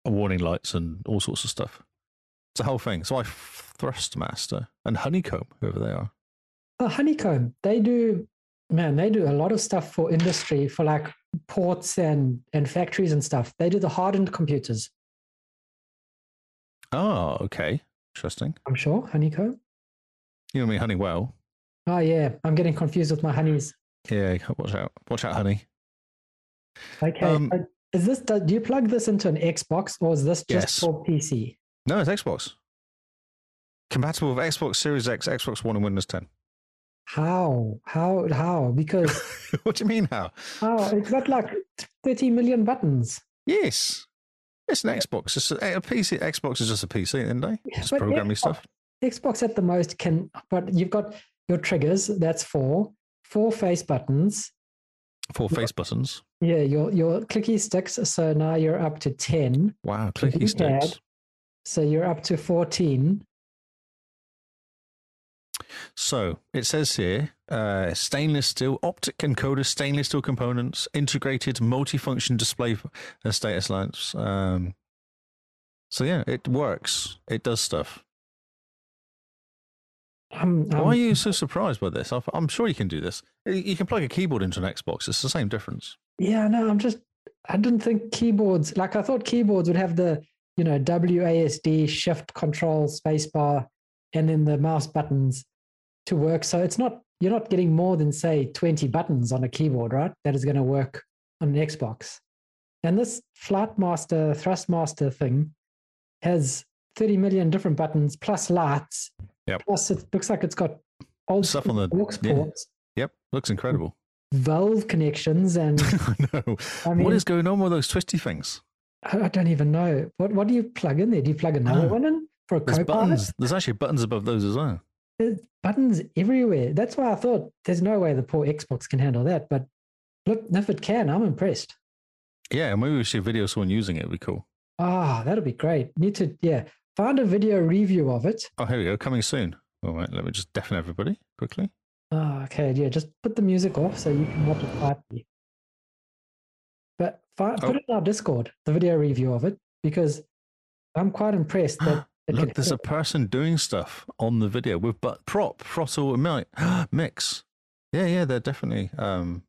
S1: warning lights and all sorts of stuff. It's a whole thing. So I Thrustmaster and Honeycomb, whoever they are.
S2: Oh, Honeycomb, they do, man, they do a lot of stuff for industry, for like ports and, and factories and stuff. They do the hardened computers,
S1: Oh, okay. Interesting.
S2: I'm sure. Honeycomb.
S1: You know what I mean? Honeywell.
S2: Oh, yeah. I'm getting confused with my honeys.
S1: Yeah, watch out. Watch out, honey.
S2: Okay.
S1: Um,
S2: but is this, do you plug this into an Xbox or is this just
S1: Yes.
S2: for PC?
S1: No, it's Xbox. Compatible with Xbox Series X, Xbox One, and Windows 10.
S2: How? How? How? Because
S1: what do you mean, how?
S2: how? Ah, It's got like 30 million buttons.
S1: Yes. It's an Xbox. It's a, a PC. Xbox is just a PC, isn't they? Just
S2: But
S1: programming
S2: Xbox-
S1: stuff.
S2: Xbox at the most can, but you've got your triggers. That's four. Four face buttons.
S1: Four face buttons.
S2: Yeah, your your clicky sticks. So now you're up to ten.
S1: Wow,
S2: If
S1: clicky
S2: you
S1: sticks.
S2: So you're up to fourteen.
S1: So it says here uh, stainless steel, optic encoder, stainless steel components, integrated multifunction display and status lamps. Um, so yeah, it works. It does stuff.
S2: Um,
S1: Why are
S2: um,
S1: you so surprised by this? I- I'm sure you can do this. You- You can plug a keyboard into an Xbox. It's the same difference.
S2: yeah, no, I'm just. I didn't think keyboards. Like I thought keyboards would have the you know WASD shift control spacebar, and then the mouse buttons to work. So it's not you're not getting more than say twenty buttons on a keyboard, right? That is going to work on an Xbox. And this Flightmaster Thrustmaster thing has 30 million different buttons plus lights.
S1: Yep.
S2: Plus, it looks like it's got old
S1: Stuff on the-
S2: aux
S1: yeah.
S2: ports,
S1: Yep, looks incredible.
S2: valve connections, and
S1: I know.
S2: I mean,
S1: what is going on with those twisty things?
S2: I I don't even know. What what do you plug in there? Do you plug another
S1: Ah.
S2: one in for a
S1: There's
S2: co
S1: buttons. There's actually buttons above those as well.
S2: There's buttons everywhere. That's why I thought there's no way the poor Xbox can handle that. But look, if it can, I'm impressed.
S1: Yeah, maybe we should video of someone using it. It'd be cool.
S2: Ah, that'll be great. Need to yeah find a video review of it.
S1: Oh, here we go. Coming soon. All right, let me just deafen everybody quickly.
S2: Oh, okay. Yeah, just put the music off so you can watch it quietly. But fi-
S1: Oh.
S2: put it in our Discord, the video review of it, because I'm quite impressed that it
S1: Ah, Look, there's a
S2: can.
S1: person doing stuff on the video with but prop, throttle, and mi- mix. Yeah, yeah, they're definitely. Um,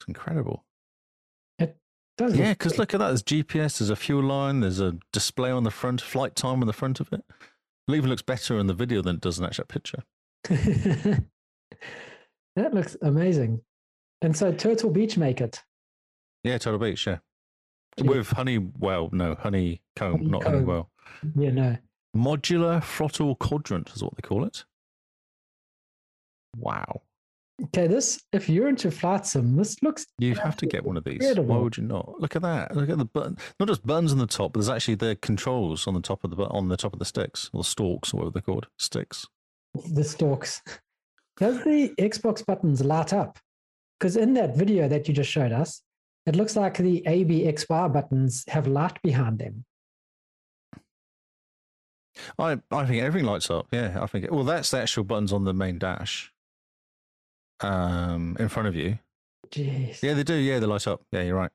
S1: it's incredible.
S2: does look
S1: Yeah, because
S2: good.
S1: look at that. There's GPS. There's a fuel line. There's a display on the front, flight time on the front of it. It even looks better in the video than it does in actual picture.
S2: that looks amazing. And so Turtle Beach make it.
S1: Yeah, Turtle Beach, yeah.
S2: Yeah.
S1: With honey, well, no, honeycomb, not
S2: Honeycomb.
S1: honey well.
S2: You know,
S1: Modular throttle quadrant is what they call it. Wow.
S2: okay, this, if you're into flight sim, this looks
S1: You have to get one of these. Why
S2: Incredible.
S1: would you not? Look at that. Look at the button. Not just buttons on the top, but there's actually the controls on the top of the bu- on the top of the sticks or stalks or whatever they're called. Sticks.
S2: the stalks. Does the Xbox buttons light up? Because in that video that you just showed us, it looks like the A, B, X, Y buttons have light behind them.
S1: I I think everything lights up. Yeah, I think. It, well, that's the actual buttons on the main dash. Um, in front of you.
S2: Jeez.
S1: Yeah, they do. Yeah, they light up. Yeah, you're right.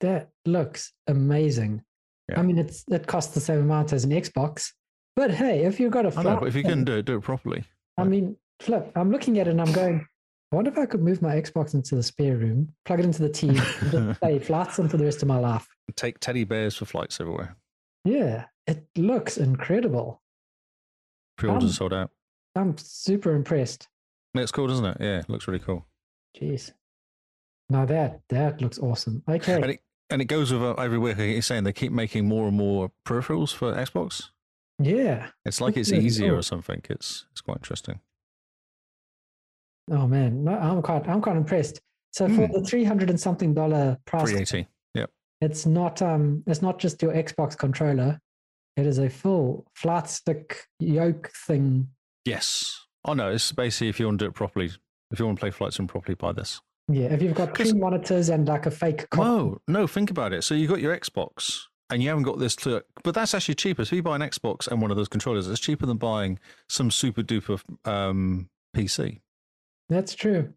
S2: That looks amazing.
S1: Yeah.
S2: I mean, it's it costs the same amount as an Xbox, but hey, if you've got a
S1: I
S2: flat,
S1: know, but if you can do it, do it properly.
S2: I mean, flip. I'm looking at it and I'm going. I wonder if I could move my Xbox into the spare room, plug it into the TV, and just play flights for the rest of my life.
S1: Take teddy bears for flights everywhere.
S2: Yeah, it looks incredible.
S1: Pre-orders
S2: Um,
S1: are sold out.
S2: I'm super impressed.
S1: It's cool, doesn't it? Yeah, it looks really cool.
S2: Jeez. Now that that looks awesome. Okay.
S1: And it and it goes with uh, every week. I keep saying they keep making more and more peripherals for Xbox.
S2: yeah.
S1: It's like it's
S2: Yeah, it's
S1: easier
S2: Mm-hmm. cool.
S1: or something. It's it's quite interesting.
S2: Oh man, no, I'm quite I'm quite impressed. So for
S1: Hmm.
S2: the three hundred and something dollar price,
S1: Three eighty.
S2: it's not um it's not just your Xbox controller. It is a full flat stick yoke thing.
S1: Yes. Oh no, it's basically if you want to do it properly, if you want to play Flight Sim properly, buy this.
S2: Yeah, if you've got two
S1: 'Cause-
S2: monitors and like a fake cop-
S1: Whoa, no, think about it. So you got your Xbox and you haven't got this to but that's actually cheaper. So if you buy an Xbox and one of those controllers, it's cheaper than buying some super duper um, PC.
S2: that's true.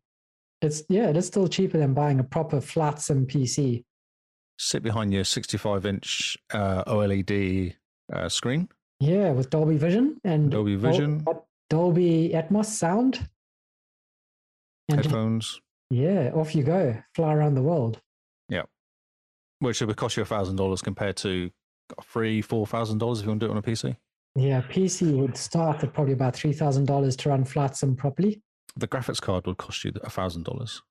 S2: It's yeah, it is still cheaper than buying a proper flat sim PC.
S1: Sit behind your 65 inch uh, OLED uh, screen,
S2: Yeah, with Dolby Vision and
S1: Dolby
S2: Dol-
S1: Vision,
S2: Dolby Atmos sound. And just-
S1: headphones,
S2: yeah, off you go. Fly around the world.
S1: which would cost you a thousand dollars compared to three, four thousand dollars if you want to do it on a PC.
S2: Yeah, PC would start at probably about three thousand dollars to run flat sim properly.
S1: The graphics card would cost you a thousand dollars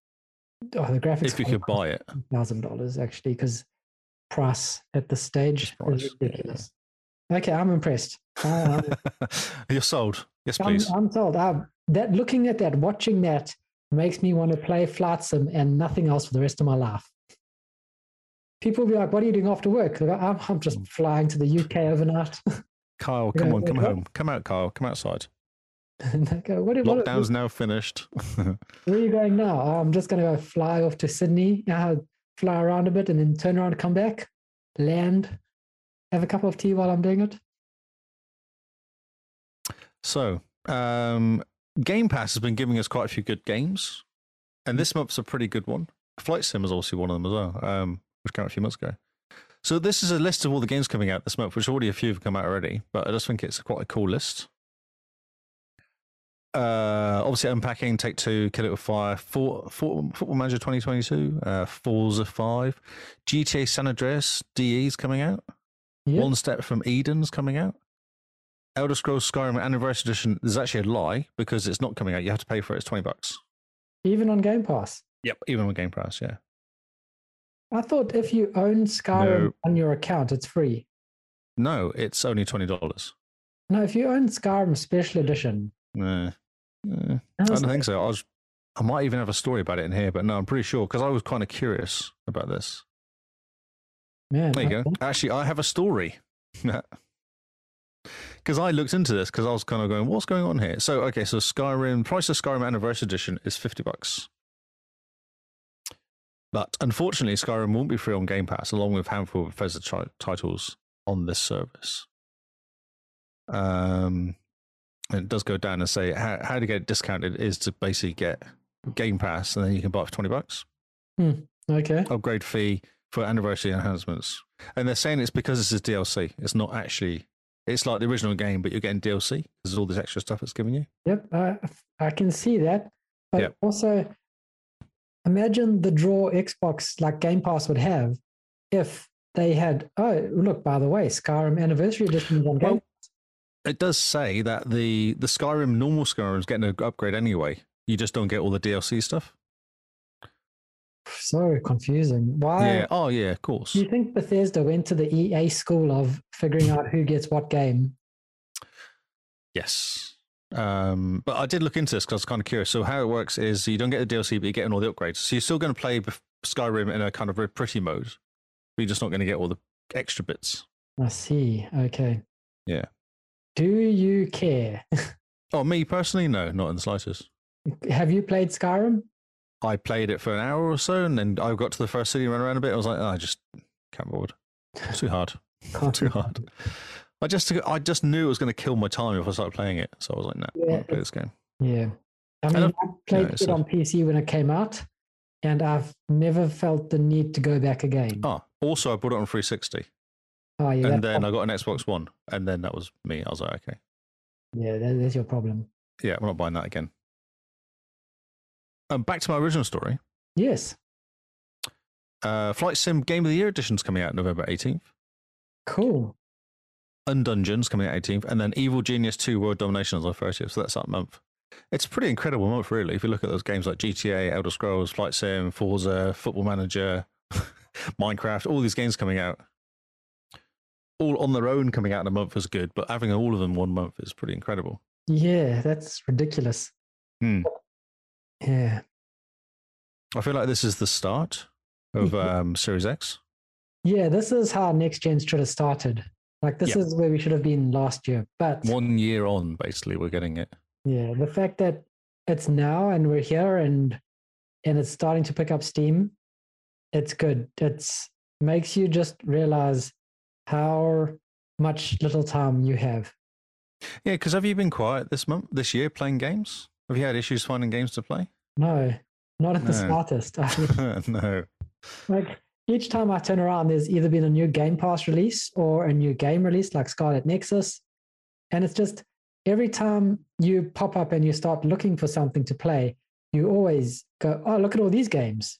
S2: Oh, the graphics
S1: if you could buy it.
S2: thousand dollars actually, because price at this stage
S1: Price,
S2: is
S1: yeah, yeah.
S2: ridiculous. Okay, I'm impressed. I- I'm,
S1: You're sold. Yes,
S2: I'm,
S1: please.
S2: I'm told I, that looking at that, watching that makes me want to play flat sim and nothing else for the rest of my life. People be like, "What are you doing after work?" I go, I'm, I'm
S1: Mm.
S2: just flying to the UK overnight.
S1: Kyle,
S2: Yeah,
S1: come on,
S2: yeah,
S1: come
S2: yeah.
S1: home. Come out, Kyle. Come outside.
S2: and I go, "What? what-
S1: Lockdown's now finished.
S2: Where are you going now? "Oh, I'm just going to go fly off to Sydney, uh, fly around a bit, and then turn around, come back, land, have a cup of tea while I'm doing it.
S1: so, um, Game Pass has been giving us quite a few good games, and this month's a pretty good one. Flight Sim is obviously one of them as well, um, which came out a few months ago. So, this is a list of all the games coming out this month, which already a few have come out already, but I just think it's quite a cool list. Uh, obviously, Unpacking, Take Two, Kill It With Fire, Four, Four, Football Manager 2022, uh, Forza 5, GTA San Andreas DE's coming out.
S2: Yeah.
S1: One Step from Eden's coming out. Elder Scrolls Skyrim Anniversary Edition is actually a lie because it's not coming out. You have to pay for it. It's 20 bucks.
S2: Even on Game Pass.
S1: Yep. Even on Game Pass, yeah.
S2: I thought if you own Skyrim
S1: No.
S2: on your account, it's free.
S1: No, it's only $20.
S2: No, if you own Skyrim Special Edition,
S1: Nah. Nah.
S2: I
S1: I
S2: was
S1: don't
S2: like,
S1: think so. I, was, I might even have a story about it in here, but no, I'm pretty sure because I was kind of curious about this.
S2: man,
S1: There you
S2: I-
S1: go. Actually, I have a story. Because I looked into this because I was kind of going, what's going on here? So, okay, so Skyrim, price of Skyrim Anniversary Edition is 50 bucks. But unfortunately, Skyrim won't be free on Game Pass, along with a handful of Bethesda tri- titles on this service. Um, and it does go down and say how, how to get it discounted is to basically get Game Pass, and then you can buy it for 20 bucks
S2: Okay.
S1: upgrade fee for anniversary enhancements. And they're saying it's because this is DLC. It's not actually. It's like the original game, but you're getting DLC because there's all this extra stuff it's giving you.
S2: Yep. I, I can see that. But
S1: Yep.
S2: also, imagine the draw Xbox like Game Pass would have if they had, oh, look, by the way, Skyrim Anniversary Edition is on Game
S1: Well, it does say that the the Skyrim normal Skyrim is getting an upgrade anyway. You just don't get all the DLC stuff.
S2: so confusing. Why
S1: yeah. Oh yeah, of course.
S2: do you think Bethesda went to the EA school of figuring out who gets what game?
S1: Yes. Um, but I did look into this because I was kind of curious. So how it works is you don't get the DLC, but you're getting all the upgrades. So you're still going to play bef- Skyrim in a kind of very pretty mode, but you're just not going to get all the extra bits.
S2: I see. Okay.
S1: Yeah.
S2: Do you care?
S1: Oh, me personally, no, not in the slightest.
S2: Have you played Skyrim?
S1: I played it for an hour or so, and then I got to the first city, and ran around a bit. I was like, oh, I just can't be bothered. It's too hard.
S2: Can't
S1: too
S2: be
S1: hard. I just, I just knew it was going to kill my time if I started playing it. So I was like, no, I
S2: Yeah,
S1: won't play this game.
S2: Yeah. I mean, I,
S1: don't-
S2: played
S1: no, it's
S2: it
S1: not-
S2: on PC when it came out, and I've never felt the need to go back again.
S1: Oh, also, I bought it on 360,
S2: Oh, yeah.
S1: and
S2: that's-
S1: then I got an Xbox One, and then that was me. I was like, okay,
S2: yeah, that, that's your problem.
S1: yeah, I'm not buying that again. Um, back to my original story.
S2: Yes.
S1: Uh, Flight Sim Game of the Year edition's coming out November 18th.
S2: Cool.
S1: Undungeons coming out 18th, and then Evil Genius 2 World Domination is on 30th. So that's that month. It's a pretty incredible month, really. If you look at those games like GTA, Elder Scrolls, Flight Sim, Forza, Football Manager, Minecraft, all these games coming out, all on their own coming out in a month is good, but having all of them one month is pretty incredible.
S2: Yeah, that's ridiculous.
S1: Hmm.
S2: Yeah.
S1: I feel like this is the start of
S2: Mhm.
S1: um, Series X.
S2: Yeah, this is how next gen should have started. Like this
S1: Yeah.
S2: is where we should have been last year. But
S1: One year on, basically, we're getting it.
S2: yeah, the fact that it's now and we're here and and it's starting to pick up steam, it's good. It's makes you just realize how much little time you have.
S1: Yeah, because have you been quiet this month, this year, playing games? Have you had issues finding games to play?
S2: No, not at the
S1: No.
S2: smartest.
S1: no.
S2: like each time I turn around, there's either been a new Game Pass release or a new game release like Scarlet Nexus. And it's just every time you pop up and you start looking for something to play, you always go, Oh, look at all these games.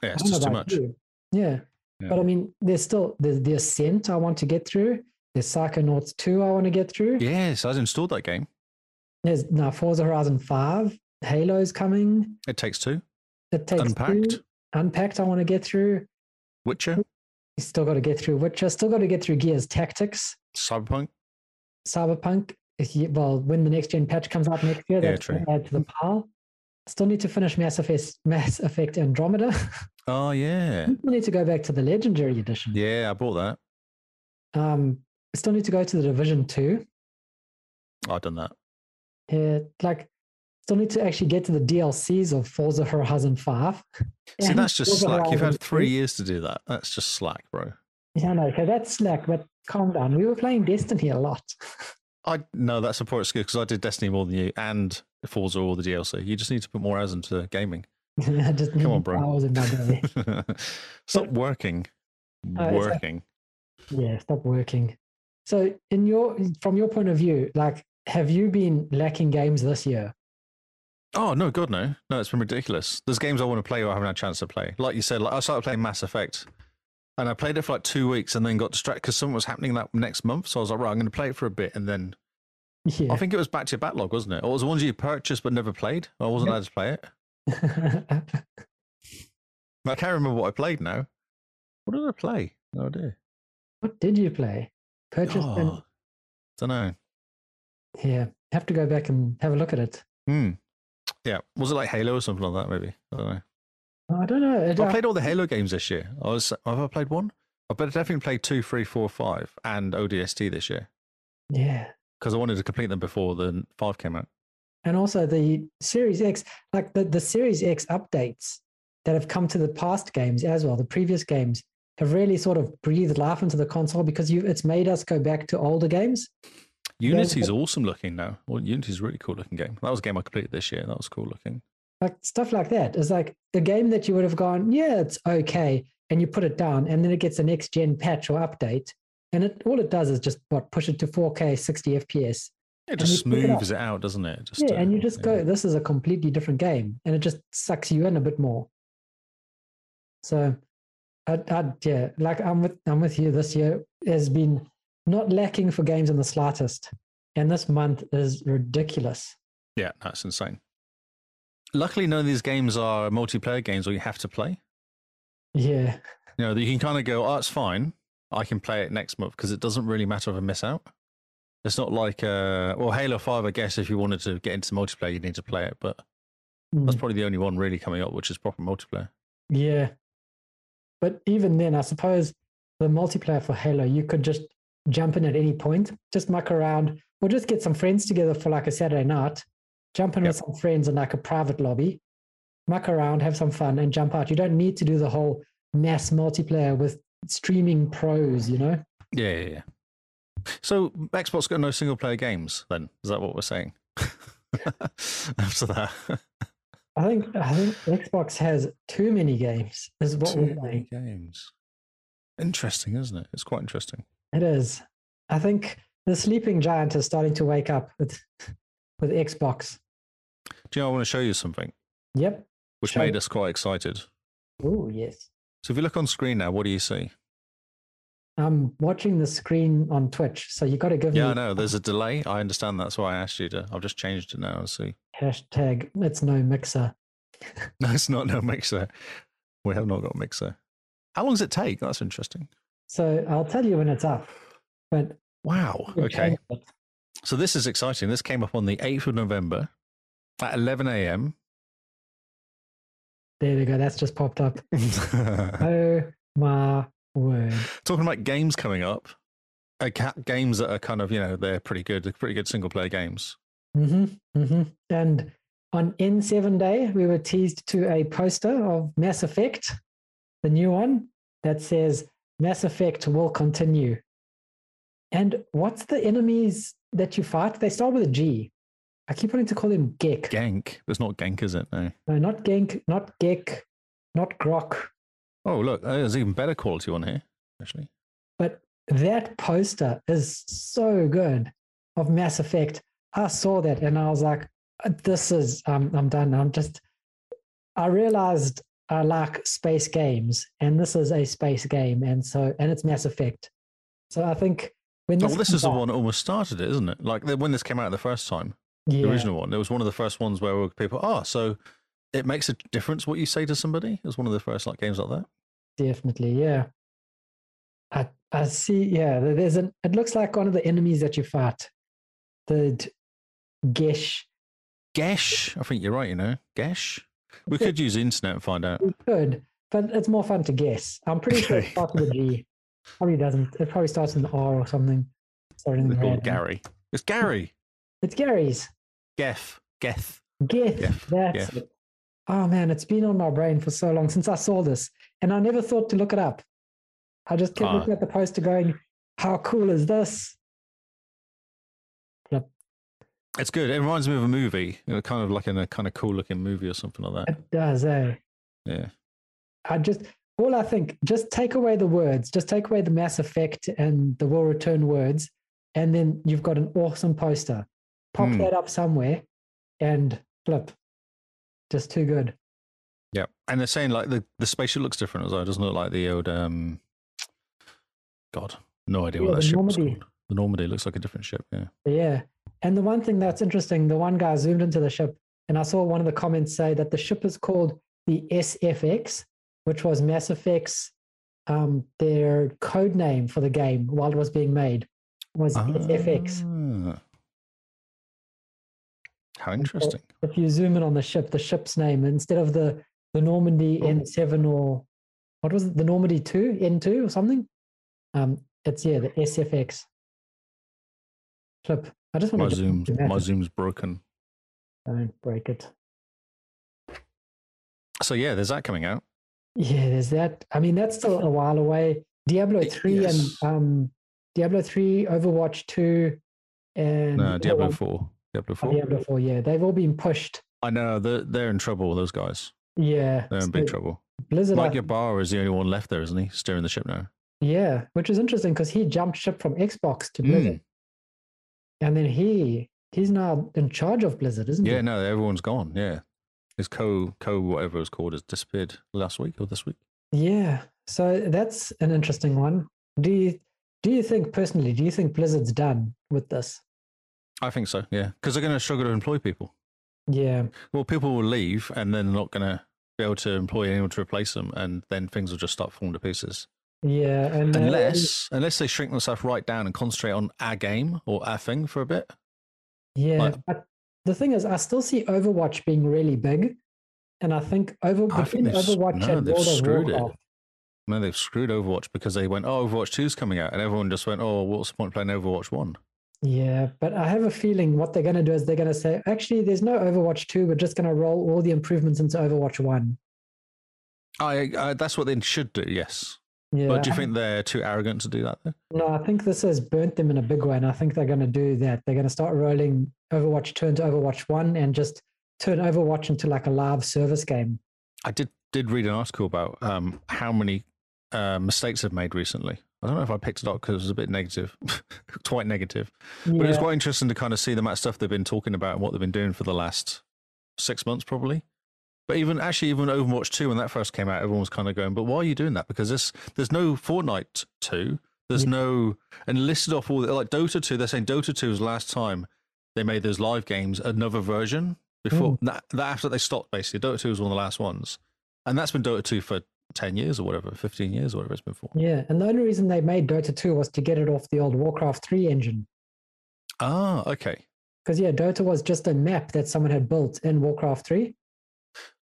S1: Yeah, it's
S2: I don't know
S1: just too
S2: about
S1: much.
S2: you. Yeah.
S1: Yeah.
S2: But I mean, there's still there's the Ascent I want to get through. There's Psychonauts 2 I want to get through.
S1: Yes, I've installed that game.
S2: There's now Forza Horizon 5, Halo's coming.
S1: It takes two.
S2: It takes
S1: Unpacked.
S2: Two. Unpacked I want to get through. Mm.
S1: Witcher,
S2: You still got to get through Witcher, still got to get through Gears Tactics,
S1: Cyberpunk.
S2: Cyberpunk. if you- Well, when the next gen patch comes out next year,
S1: Yeah,
S2: that's going
S1: true.
S2: to add to the pile. Still need to finish Mass Effect, Mass Effect Andromeda.
S1: Oh yeah,
S2: still need to go back to the Legendary Edition.
S1: yeah. I bought that.
S2: Um, still need to go to the Division Two.
S1: I've done that.
S2: Yeah, Uh, like, still need to actually get to the DLCs of Forza Horizon Five.
S1: See,
S2: and
S1: that's just
S2: Forza
S1: slack. You've
S2: Horizon
S1: had three
S2: 2.
S1: years to do that. That's just slack, bro.
S2: Yeah, no, okay, that's slack. But calm down. We were playing Destiny a lot.
S1: I no, that's a poor excuse because I did Destiny more than you and Forza all the DLC. You just need to put more hours into gaming.
S2: I just needed
S1: on, bro.
S2: hours in my day.
S1: Stop working,
S2: Oh, it's a-
S1: working.
S2: yeah stop working so in your from your point of view like have you been lacking games this year
S1: Oh no, God no, no! It's been ridiculous. There's games I want to play or I haven't had a chance to play. Like you said, like I started playing Mass Effect, and I played it for like two weeks, and then got distracted because something was happening that next month. So I was like, right, I'm going to play it for a bit, and then
S2: yeah
S1: I think it was back to your backlog, wasn't it? Or it was the ones you purchased but never played. I wasn't allowed to play it. I can't remember what I played now. What did I play? No idea.
S2: what did you play purchase
S1: Oh, don't know.
S2: and, yeah have to go back and have a look at it
S1: Hmm. Yeah, was it like Halo or something like that? Maybe I don't know.
S2: i don't know it,
S1: I played all the Halo games this year. I was have I played one? I better definitely played two, three, four, five, and ODST this year
S2: yeah
S1: because I wanted to complete them before the five came out.
S2: and also the series x like the, the series x updates that have come to the past games as well the previous games have really sort of breathed life into the console because you it's made us go back to older games
S1: Unity's awesome looking now. Well, Unity's a really cool looking game. That was a game I completed this year. That was cool looking.
S2: like stuff like that is like a game that you would have gone yeah it's okay and you put it down and then it gets a next gen patch or update and it all it does is just what push it to 4k 60 fps
S1: It
S2: you
S1: just
S2: pick it up.
S1: smooths it, out, doesn't it? Just,
S2: yeah
S1: uh,
S2: and you just
S1: yeah.
S2: go this is a completely different game and it just sucks you in a bit more so i i yeah like i'm with i'm with you this year has been not lacking for games in the slightest and this month is ridiculous
S1: Yeah, that's insane. Luckily, none of these games are multiplayer games where you have to play.
S2: Yeah.
S1: You know, that you can kind of go, oh, it's fine. I can play it next month because it doesn't really matter if I miss out. It's not like, uh, well, Halo 5, I guess if you wanted to get into multiplayer, you need to play it, but that's
S2: Mm.
S1: probably the only one really coming up, which is proper multiplayer.
S2: Yeah. But even then, I suppose the multiplayer for Halo, you could just jump in at any point, just muck around, or just get some friends together for like a Saturday night, jump in with some friends in like a private lobby, muck around, have some fun, and jump out. You don't need to do the whole mass multiplayer with streaming pros, you know?
S1: Yeah, yeah, yeah. So Xbox got no single player games then? Is that what we're saying? After that.
S2: I think I think Xbox has too many games, is what
S1: Too
S2: we're
S1: many
S2: saying.
S1: games. Interesting, isn't it? It's quite interesting.
S2: It is. I think the sleeping giant is starting to wake up with with Xbox.
S1: Do you know I want to show you something
S2: Yep.
S1: which
S2: Show-
S1: made us quite excited?
S2: Oh yes.
S1: So if you look on screen now, what do you see?
S2: I'm watching the screen on Twitch, so you got to give
S1: Yeah,
S2: me
S1: I know. There's a delay. I understand. That's why I asked you to. I've just changed it now. and See,
S2: hashtag. It's no mixer.
S1: no, it's not no mixer. We have not got mixer. How long does it take? Oh, That's interesting.
S2: So I'll tell you when it's up. But
S1: Wow.
S2: we'll
S1: Okay.
S2: change it.
S1: So this is exciting. This came up on the 8th of November at 11 a.m.
S2: there we go. That's just popped up. Oh my word!
S1: Talking about games coming up, uh, ca- games that are kind of, you know, they're pretty good. They're pretty good single player games.
S2: hmm hmm And on N7 day, we were teased to a poster of Mass Effect, the new one that says Mass Effect will continue. And what's the enemies that you fight? They start with a G. I keep wanting to call them Gek.
S1: Genk. It's not Genk, is it? No.
S2: No, not Genk, not Gek, not Grok.
S1: Oh, look, uh, there's even better quality one here, actually.
S2: But that poster is so good of Mass Effect. I saw that and I was like, this is, um, I'm done. I'm just, I realized I like space games and this is a space game. And so, and it's Mass Effect. So I think when
S1: Oh,
S2: this,
S1: well, this
S2: comes
S1: is the
S2: out-
S1: one that almost started it, isn't it? Like the, when this came out the first time,
S2: yeah,
S1: the original one, it was one of the first ones where people, oh, so it makes a difference what you say to somebody. It was one of the first like games like that.
S2: definitely. Yeah. I, I see. Yeah. there- There's an, it looks like one of the enemies that you fight, the d- Gesh.
S1: Gesh. I think you're right, you know. Gesh. We could use the internet and find out.
S2: We could, but it's more fun to guess. I'm pretty sure
S1: Okay.
S2: it starts with a G. Probably doesn't. It probably starts with an R or something. Starting
S1: They
S2: in
S1: call it
S2: red.
S1: Gary. It's Gary.
S2: It's Gary's.
S1: Geff. Geth.
S2: Geth.
S1: Geth,
S2: That's it. Oh man, it's been on my brain for so long since I saw this, and I never thought to look it up. I just kept
S1: Ah.
S2: looking at the poster, going, "How cool is this?"
S1: It's good. It reminds me of a movie, you know, kind of like in a kind of cool looking movie or something like that.
S2: It does, eh?
S1: Yeah.
S2: I just all I think, just take away the words, just take away the Mass Effect and the will return words, and then you've got an awesome poster. Pop
S1: Hmm.
S2: that up somewhere and flip. Just too good.
S1: Yeah. And they're saying like the, the spaceship looks different as well. It doesn't look like the old, um, God, no idea
S2: Yeah,
S1: what that
S2: the
S1: ship was
S2: Normandy.
S1: called. The Normandy looks like a different ship. Yeah.
S2: Yeah. And the one thing that's interesting, the one guy zoomed into the ship, and I saw one of the comments say that the ship is called the SFX, which was Mass Effect's um, their code name for the game while it was being made was SFX.
S1: Ah. How interesting.
S2: if you zoom in on the ship, the ship's name instead of the the Normandy
S1: Cool.
S2: N7 or what was it, the Normandy two N two or something. Um, it's yeah, the SFX. Flip. I just
S1: My
S2: want to
S1: zoom's, my zoom's broken.
S2: Don't break it.
S1: So yeah, there's that coming out.
S2: Yeah, there's that. I mean, that's still a while away. Diablo
S1: Y-
S2: three
S1: yes.
S2: and um, Diablo three, Overwatch two, and
S1: No,
S2: oh,
S1: Diablo
S2: um,
S1: 4. Diablo
S2: oh,
S1: 4.
S2: Diablo four. Yeah, they've all been pushed.
S1: I know they're they're in trouble. Those guys,
S2: Yeah,
S1: they're in
S2: so
S1: big trouble.
S2: Blizzard, I
S1: Mike Ybarra is the only one left there, isn't he? Steering the ship now.
S2: Yeah, which is interesting because he jumped ship from Xbox to
S1: Mm.
S2: Blizzard, and then he he's now in charge of Blizzard, isn't
S1: Yeah,
S2: he?
S1: no, everyone's gone. Yeah, his co co whatever it's called has disappeared last week or this week.
S2: Yeah. So that's an interesting one. Do you do you think personally? Do you think Blizzard's done with this?
S1: I think so. Yeah, because they're going to struggle to employ people.
S2: Yeah.
S1: Well, people will leave, and then they're not going to be able to employ anyone to replace them, and then things will just start falling to pieces.
S2: Yeah, and uh,
S1: Unless, unless they shrink themselves right down and concentrate on our game or our thing for a bit.
S2: yeah,
S1: like-
S2: but the thing is, I still see Overwatch being really big, and I think over
S1: I think
S2: between
S1: they've s-
S2: Overwatch
S1: no,
S2: and
S1: they've
S2: World of
S1: screwed it.
S2: Warcraft,
S1: No, they've screwed Overwatch because they went, "Oh, Overwatch 2's coming out," and everyone just went, "Oh, what's the point of playing Overwatch One?"
S2: yeah, but I have a feeling what they're going to do is they're going to say, actually, there's no Overwatch two. We're just going to roll all the improvements into Overwatch one.
S1: I, I that's what they should do. Yes,
S2: Yeah,
S1: but do you
S2: I-
S1: think they're too arrogant to do that? Though?
S2: No, I think this has burnt them in a big way, and I think they're going to do that. They're going to start rolling Overwatch 2 into Overwatch 1 and just turn Overwatch into like a live service game.
S1: I did did read an article about um, how many uh, mistakes they've made recently. I don't know if I picked it up because it was a bit negative, quite negative. But it was
S2: Yeah.
S1: quite interesting to kind of see the amount of stuff they've been talking about and what they've been doing for the last six months, probably. But even actually, even Overwatch Two, when that first came out, everyone was kind of going, "But why are you doing that?" Because this, there's no Fortnite Two, there's
S2: Yeah.
S1: no, and listed off all the, like Dota Two. They're saying Dota Two was last time they made those live games another version before
S2: Mm.
S1: that, that. After they stopped, basically, Dota Two was one of the last ones, and that's been Dota Two for ten years or whatever, fifteen years, or whatever it's been for.
S2: Yeah, and the only reason they made Dota 2 was to get it off the old Warcraft 3 engine.
S1: Ah, okay,
S2: Because, yeah, Dota was just a map that someone had built in Warcraft 3.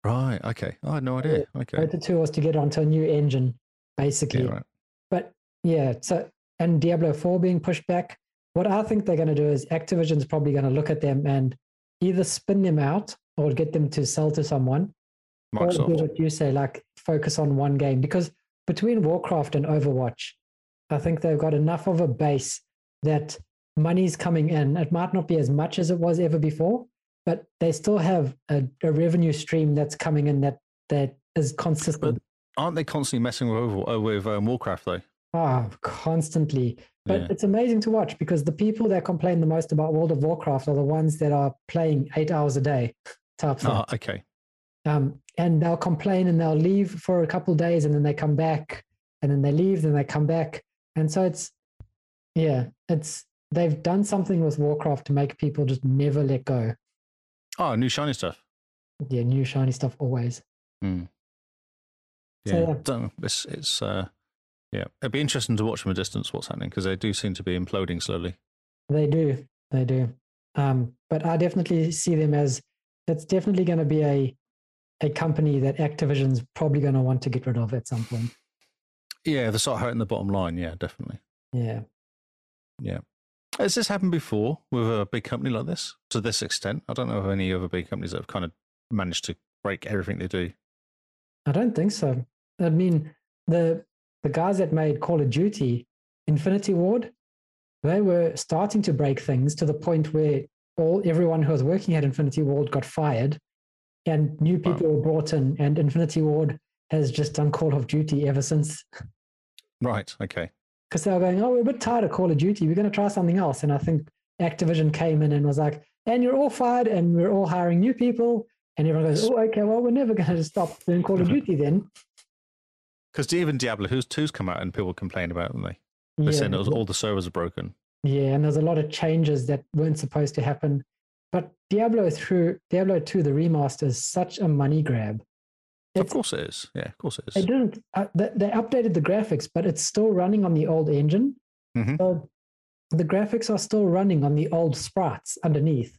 S1: right, okay. I had no idea. Okay,
S2: Dota 2 was to get onto a new engine,
S1: yeah,
S2: basically.
S1: right.
S2: But yeah, so and Diablo 4 being pushed back. What I think they're going to do is Activision's probably going to look at them and either spin them out or get them to sell to someone. Or do
S1: Microsoft.
S2: what you say, like focus on one game. Because between Warcraft and Overwatch, I think they've got enough of a base that money's coming in. It might not be as much as it was ever before, but they still have a, a revenue stream that's coming in that that is consistent.
S1: Aren't they constantly messing with Overwatch, uh, with um, Warcraft though?
S2: Ah, constantly. But
S1: Yeah.
S2: it's amazing to watch because the people that complain the most about World of Warcraft are the ones that are playing eight hours a day type thing.
S1: Ah, okay.
S2: Um, and they'll complain and they'll leave for a couple days and then they come back and then they leave, then they come back. And so it's, yeah, it's, they've done something with Warcraft to make people just never let go.
S1: Oh, new shiny stuff.
S2: Yeah, new shiny stuff always. So,
S1: Yeah.
S2: yeah.
S1: Don't know. It's it's uh, yeah. It'd be interesting to watch from a distance what's happening because they do seem to be imploding slowly.
S2: They do. They do. Um, but I definitely see them as that's definitely going to be a a company that Activision's probably going to want to get rid of at some point.
S1: Yeah, they start hurting the bottom line. Yeah, definitely.
S2: Yeah.
S1: Has this happened before with a big company like this to this extent? I don't know of any other big companies that have kind of managed to break everything they do.
S2: I don't think so. I mean, the the guys that made Call of Duty, Infinity Ward, they were starting to break things to the point where all everyone who was working at Infinity Ward got fired, and new people were brought in, and Infinity Ward has just done Call of Duty ever since.
S1: Right. Okay.
S2: because they were going, oh, we're a bit tired of Call of Duty. We're going to try something else. And I think Activision came in and was like, and you're all fired and we're all hiring new people. And everyone goes, oh, okay, well, we're never going to stop doing Call of Duty then.
S1: Because even Diablo who's two's come out and people complain about, them. they? They're saying it was, all the servers are broken.
S2: yeah, and there's a lot of changes that weren't supposed to happen. But Diablo through Diablo 2, the remaster is such a money grab.
S1: of
S2: It's-
S1: course it is. Yeah, of course it
S2: They
S1: is.
S2: didn't. Uh, they, they updated the graphics, but it's still running on the old engine.
S1: Mhm.
S2: So the graphics are still running on the old sprites underneath.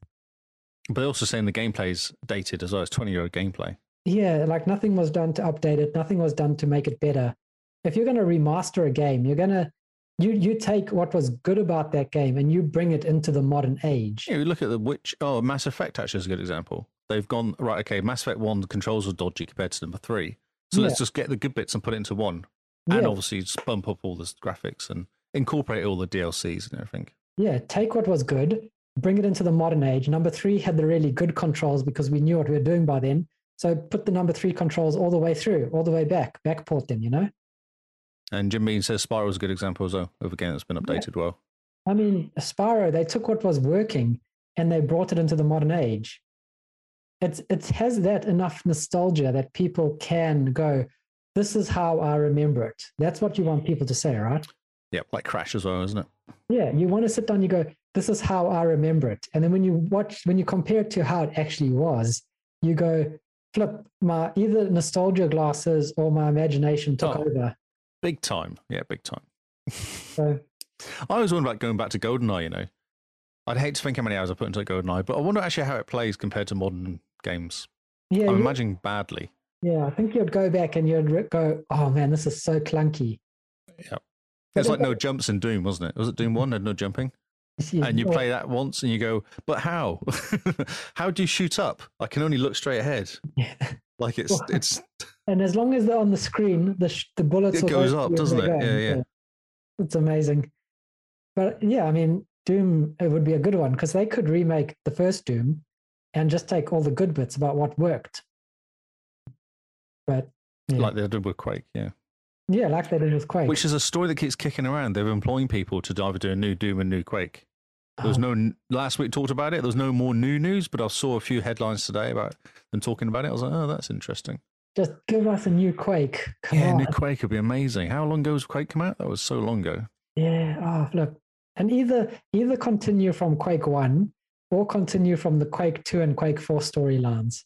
S1: But also saying the gameplay's dated as well. It's twenty year old gameplay.
S2: Yeah, like nothing was done to update it. Nothing was done to make it better. If you're going to remaster a game, you're going to you you take what was good about that game and you bring it into the modern age.
S1: Yeah, you look at the which oh Mass Effect actually is a good example. They've gone right, okay, Mass Effect one the controls are dodgy compared to number three. So
S2: Yeah.
S1: let's just get the good bits and put it into one. And
S2: Yeah,
S1: obviously just bump up all the graphics and incorporate all the DLCs and everything.
S2: yeah, take what was good, bring it into the modern age. Number 3 had the really good controls because we knew what we were doing by then. So put the number 3 controls all the way through, all the way back, backport them, you know?
S1: And Jim Bean says Spiral's a good example as well of a game that's been updated well.
S2: I mean, Spyro, they took what was working and they brought it into the modern age. It's it has that enough nostalgia that people can go, this is how I remember it. That's what you want people to say, right?
S1: Yeah, like Crash as well, isn't it?
S2: Yeah. You want to sit down, you go, this is how I remember it. And then when you watch, when you compare it to how it actually was, you go, flip my either nostalgia glasses or my imagination took
S1: Oh.
S2: over.
S1: Big time. Yeah, big time.
S2: So
S1: I always wonder about going back to GoldenEye, you know. I'd hate to think how many hours I put into GoldenEye, but I wonder actually how it plays compared to modern games.
S2: yeah,
S1: I'm
S2: you-
S1: imagining badly.
S2: yeah, I think you'd go back and you'd re- go, oh man, this is so clunky.
S1: It's like no jumps in Doom, wasn't it? Was it Doom 1? Had no jumping?
S2: Mm-hmm. Yeah,
S1: And you
S2: or-
S1: play that once and you go, but how? how do you shoot up? I can only look straight ahead.
S2: Yeah.
S1: Like it's,
S2: Well,
S1: it's,
S2: And as long as they're on the screen, the sh- the bullets
S1: It
S2: will
S1: goes
S2: go
S1: up,
S2: where
S1: doesn't
S2: they're
S1: it? Yeah, yeah.
S2: It's amazing. But yeah, I mean, Doom it would be a good one because they could remake the first Doom and just take all the good bits about what worked. But yeah,
S1: like they did with Quake, yeah.
S2: yeah, like they did with Quake.
S1: Which is a story that keeps kicking around. They're employing people to either do a new Doom and new Quake. There was
S2: Um,
S1: no last week talked about it. There was no more new news, but I saw a few headlines today about them talking about it. I was like, oh, that's interesting.
S2: just give us a new Quake. Come
S1: yeah,
S2: on.
S1: new Quake would be amazing. How long ago was Quake come out? That was so long ago.
S2: yeah. Oh, look. And either either continue from Quake One or continue from the Quake Two and Quake Four storylines.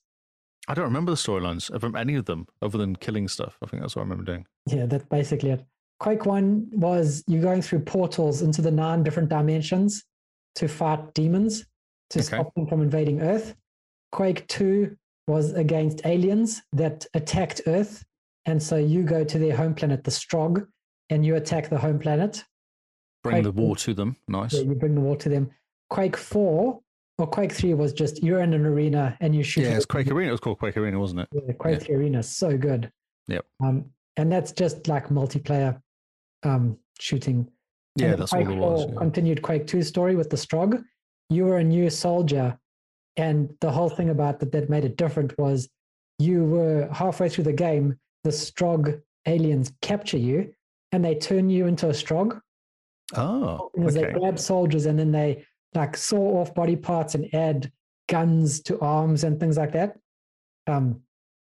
S1: I don't remember the storylines from any of them other than killing stuff. I think that's what I remember doing.
S2: Yeah, that's basically it. Quake One was you going through portals into the nine different dimensions to fight demons to
S1: Okay.
S2: stop them from invading Earth. Quake Two was against aliens that attacked Earth, and so you go to their home planet, the Strog, and you attack the home planet.
S1: Bring the
S2: Quake-
S1: war to them. Nice.
S2: Yeah, you bring the war to them. Quake Four or Quake Three was just you're in an arena and you shoot.
S1: Yeah, it's
S2: at-
S1: Quake Arena. It was called Quake Arena, wasn't it?
S2: yeah, the Quake
S1: Yeah.
S2: Three Arena is so good.
S1: Yep.
S2: Um, and that's just like multiplayer um, shooting. And
S1: Yeah,
S2: the
S1: that's all it
S2: Quake
S1: was.
S2: 4
S1: yeah.
S2: Continued Quake Two story with the Strog. You were a new soldier, and the whole thing about that that made it different was you were halfway through the game. The Strog aliens capture you, and they turn you into a Strog
S1: Oh,
S2: because
S1: okay.
S2: they grab soldiers and then they like saw off body parts and add guns to arms and things like that. Um,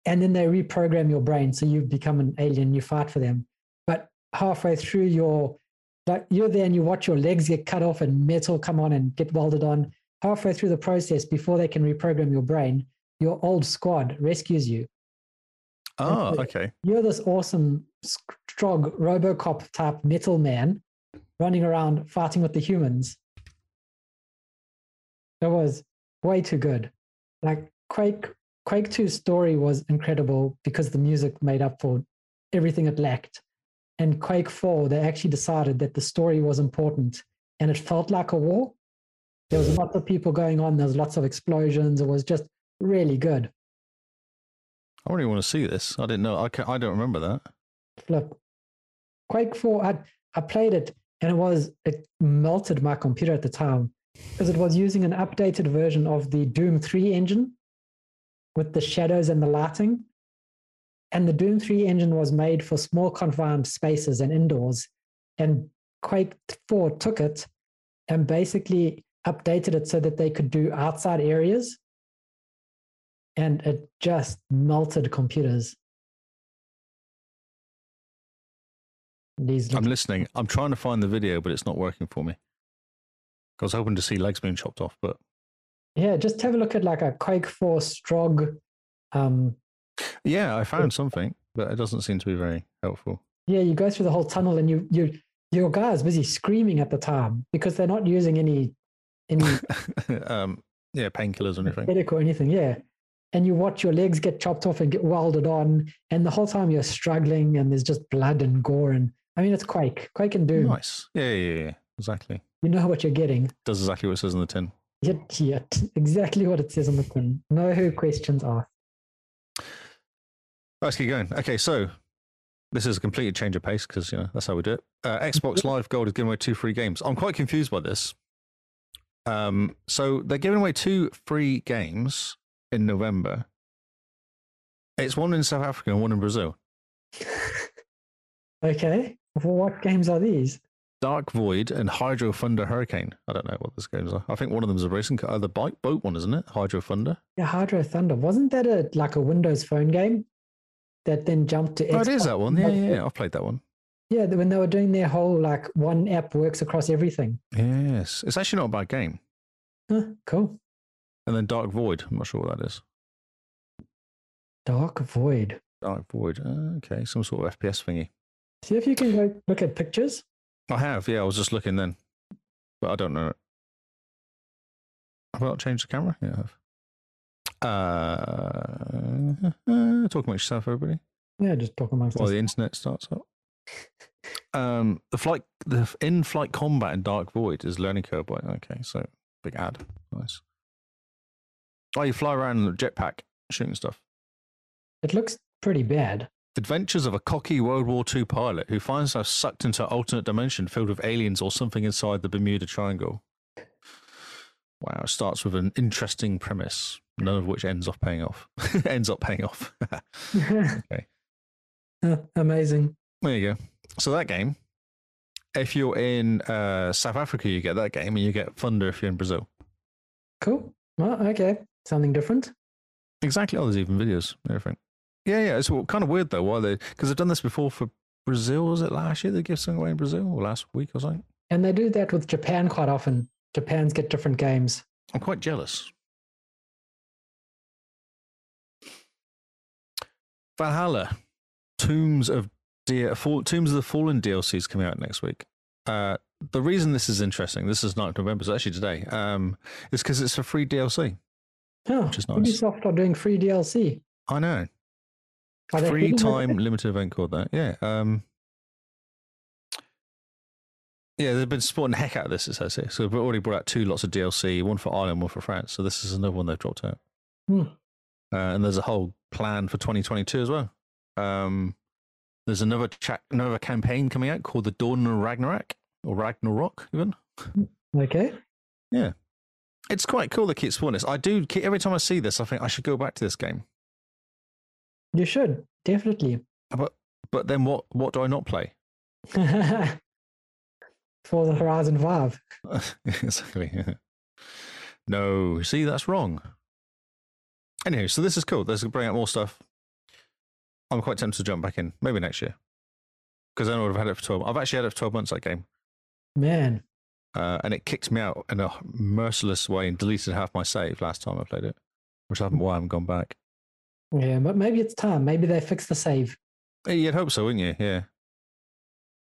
S2: and then they reprogram your brain, so you become an alien. You fight for them, but halfway through your like you're there and you watch your legs get cut off and metal come on and get welded on. Halfway through the process, before they can reprogram your brain, your old squad rescues you.
S1: Oh,
S2: Okay.
S1: okay.
S2: You're this awesome, strong RoboCop type metal man running around fighting with the humans. It was way too good. Like Quake, Quake 2's story was incredible because the music made up for everything it lacked. And Quake 4, they actually decided that the story was important and it felt like a war. There was lots of people going on, there was lots of explosions. It was just really good.
S1: I really want to see this. I didn't know. I, can, I don't remember that.
S2: flip. Quake 4, I, I played it and it was, it melted my computer at the time because it was using an updated version of the Doom 3 engine with the shadows and the lighting. And the Doom 3 engine was made for small confined spaces and indoors. And Quake 4 took it and basically updated it so that they could do outside areas. And it just melted computers. These
S1: I'm
S2: little-
S1: listening. I'm trying to find the video, but it's not working for me. I was hoping to see legs being chopped off, but
S2: yeah, just have a look at like a Quake 4 Strog. Um,
S1: yeah, I found something, but it doesn't seem to be very helpful.
S2: yeah, you go through the whole tunnel and you you your guy is busy screaming at the time because they're not using any any
S1: um, yeah, painkillers or anything.
S2: aesthetic or anything, yeah. And you watch your legs get chopped off and get welded on, and the whole time you're struggling, and there's just blood and gore, and I mean it's Quake, Quake and Doom.
S1: Nice. Yeah, yeah, yeah, yeah. Exactly.
S2: You know what you're getting.
S1: Does exactly what it says on the tin.
S2: Yet, yet, exactly what it says on the tin. No who questions asked.
S1: Let's keep going. Okay, so this is a complete change of pace because you know that's how we do it. Uh, Xbox Live Gold is giving away two free games. I'm quite confused by this. Um, so they're giving away two free games in November. It's one in South Africa and one in Brazil.
S2: Okay, well, what games are these?
S1: Dark Void and Hydro Thunder Hurricane. I don't know what those games are. I think one of them is a racing car. Uh, the bike boat one, isn't it? Hydro Thunder.
S2: Yeah, Hydro Thunder. Wasn't that a like a Windows Phone game that then jumped to?
S1: Oh, it is
S2: Xbox?
S1: that one. Yeah, yeah, yeah. I've played that one.
S2: Yeah, when they were doing their whole like one app works across everything.
S1: Yes, it's actually not a bad game.
S2: Huh, cool.
S1: And then Dark Void. I'm not sure what that is.
S2: Dark Void.
S1: Dark Void. Uh, Okay, some sort of FPS thingy.
S2: See if you can go look at pictures.
S1: I have, yeah. I was just looking then, but I don't know. it. Have I not changed the camera? Yeah, I have. Uh, uh, talk amongst yourself, everybody,
S2: Yeah, just talk amongst
S1: while
S2: us.
S1: the internet starts up. Um, the flight, the in-flight combat in Dark Void is learning curve. Boy. Okay, so big ad, nice. Oh, you fly around in a jetpack, shooting stuff.
S2: It looks pretty bad.
S1: Adventures of a cocky World War II pilot who finds himself sucked into an alternate dimension filled with aliens or something inside the Bermuda Triangle. Wow, it starts with an interesting premise, none of which ends off paying off. ends up paying off.
S2: Uh, Amazing.
S1: there you go. So that game, if you're in uh, South Africa, you get that game, and you get Thunder if you're in Brazil.
S2: Cool. Well, okay. Something different.
S1: Exactly. Oh, there's even videos. and Everything. Yeah, yeah. It's kind of weird though. Why they? Because they've done this before for Brazil. Was it last year they gave something away in Brazil or last week or something?
S2: And they do that with Japan quite often. Japan's get different games.
S1: I'm quite jealous. Valhalla, Tombs of Dear, Fall, Tombs of the Fallen DLC is coming out next week. Uh, the reason this is interesting, this is 9th November, so actually today, um, is because it's a free DLC.
S2: Oh,
S1: Which is nice.
S2: Ubisoft are doing free DLC.
S1: I know,
S2: Are they
S1: free
S2: keeping it-
S1: time limited event called that. Yeah, um, yeah, they've been supporting the heck out of this. It says here, so they've already brought out two lots of DLC, one for Ireland, one for France. So this is another one they've dropped out.
S2: Hmm.
S1: uh, and there's a whole plan for 2022 as well. Um, there's another cha- another campaign coming out called the Dawn of Ragnarok or Ragnarok even.
S2: Okay.
S1: It's quite cool. They keep spawning this. I do keep, every time I see this, I think I should go back to this game.
S2: You should, definitely.
S1: But then what? What do I not play?
S2: For the Horizon 5.
S1: exactly. yeah. No, see, that's wrong. Anyway, so this is cool. There's going to bring out more stuff. I'm quite tempted to jump back in, maybe next year, because then I would have had it for 12. I've actually had it for 12 months. That game.
S2: Man,
S1: uh, and it kicked me out in a merciless way and deleted half my save last time I played it, which I haven't why I haven't gone back.
S2: Yeah, but maybe it's time. Maybe they fix the save,
S1: Eh, You'd hope so, wouldn't you? Yeah,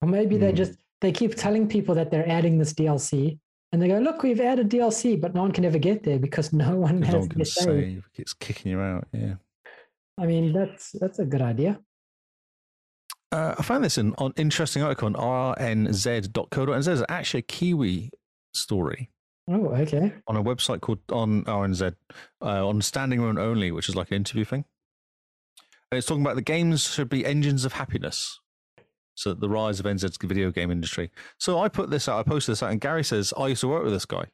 S2: or maybe they
S1: Hmm.
S2: just they keep telling people that they're adding this DLC, and they go, "Look, we've added DLC, but no one can ever get there because no one
S1: no
S2: has
S1: one
S2: their
S1: can
S2: save."
S1: save. It keeps kicking you out. Yeah,
S2: I mean, that's that's a good idea.
S1: uh, I found this in on interesting article on rnz.co.nz. It's actually a Kiwi story
S2: Oh, okay.
S1: on a website called on RNZ uh, on standing room only, which is like an interview thing. And it's talking about the games should be engines of happiness. So the rise of NZ's video game industry. So I put this out, I posted this out, and Gary says I used to work with this guy.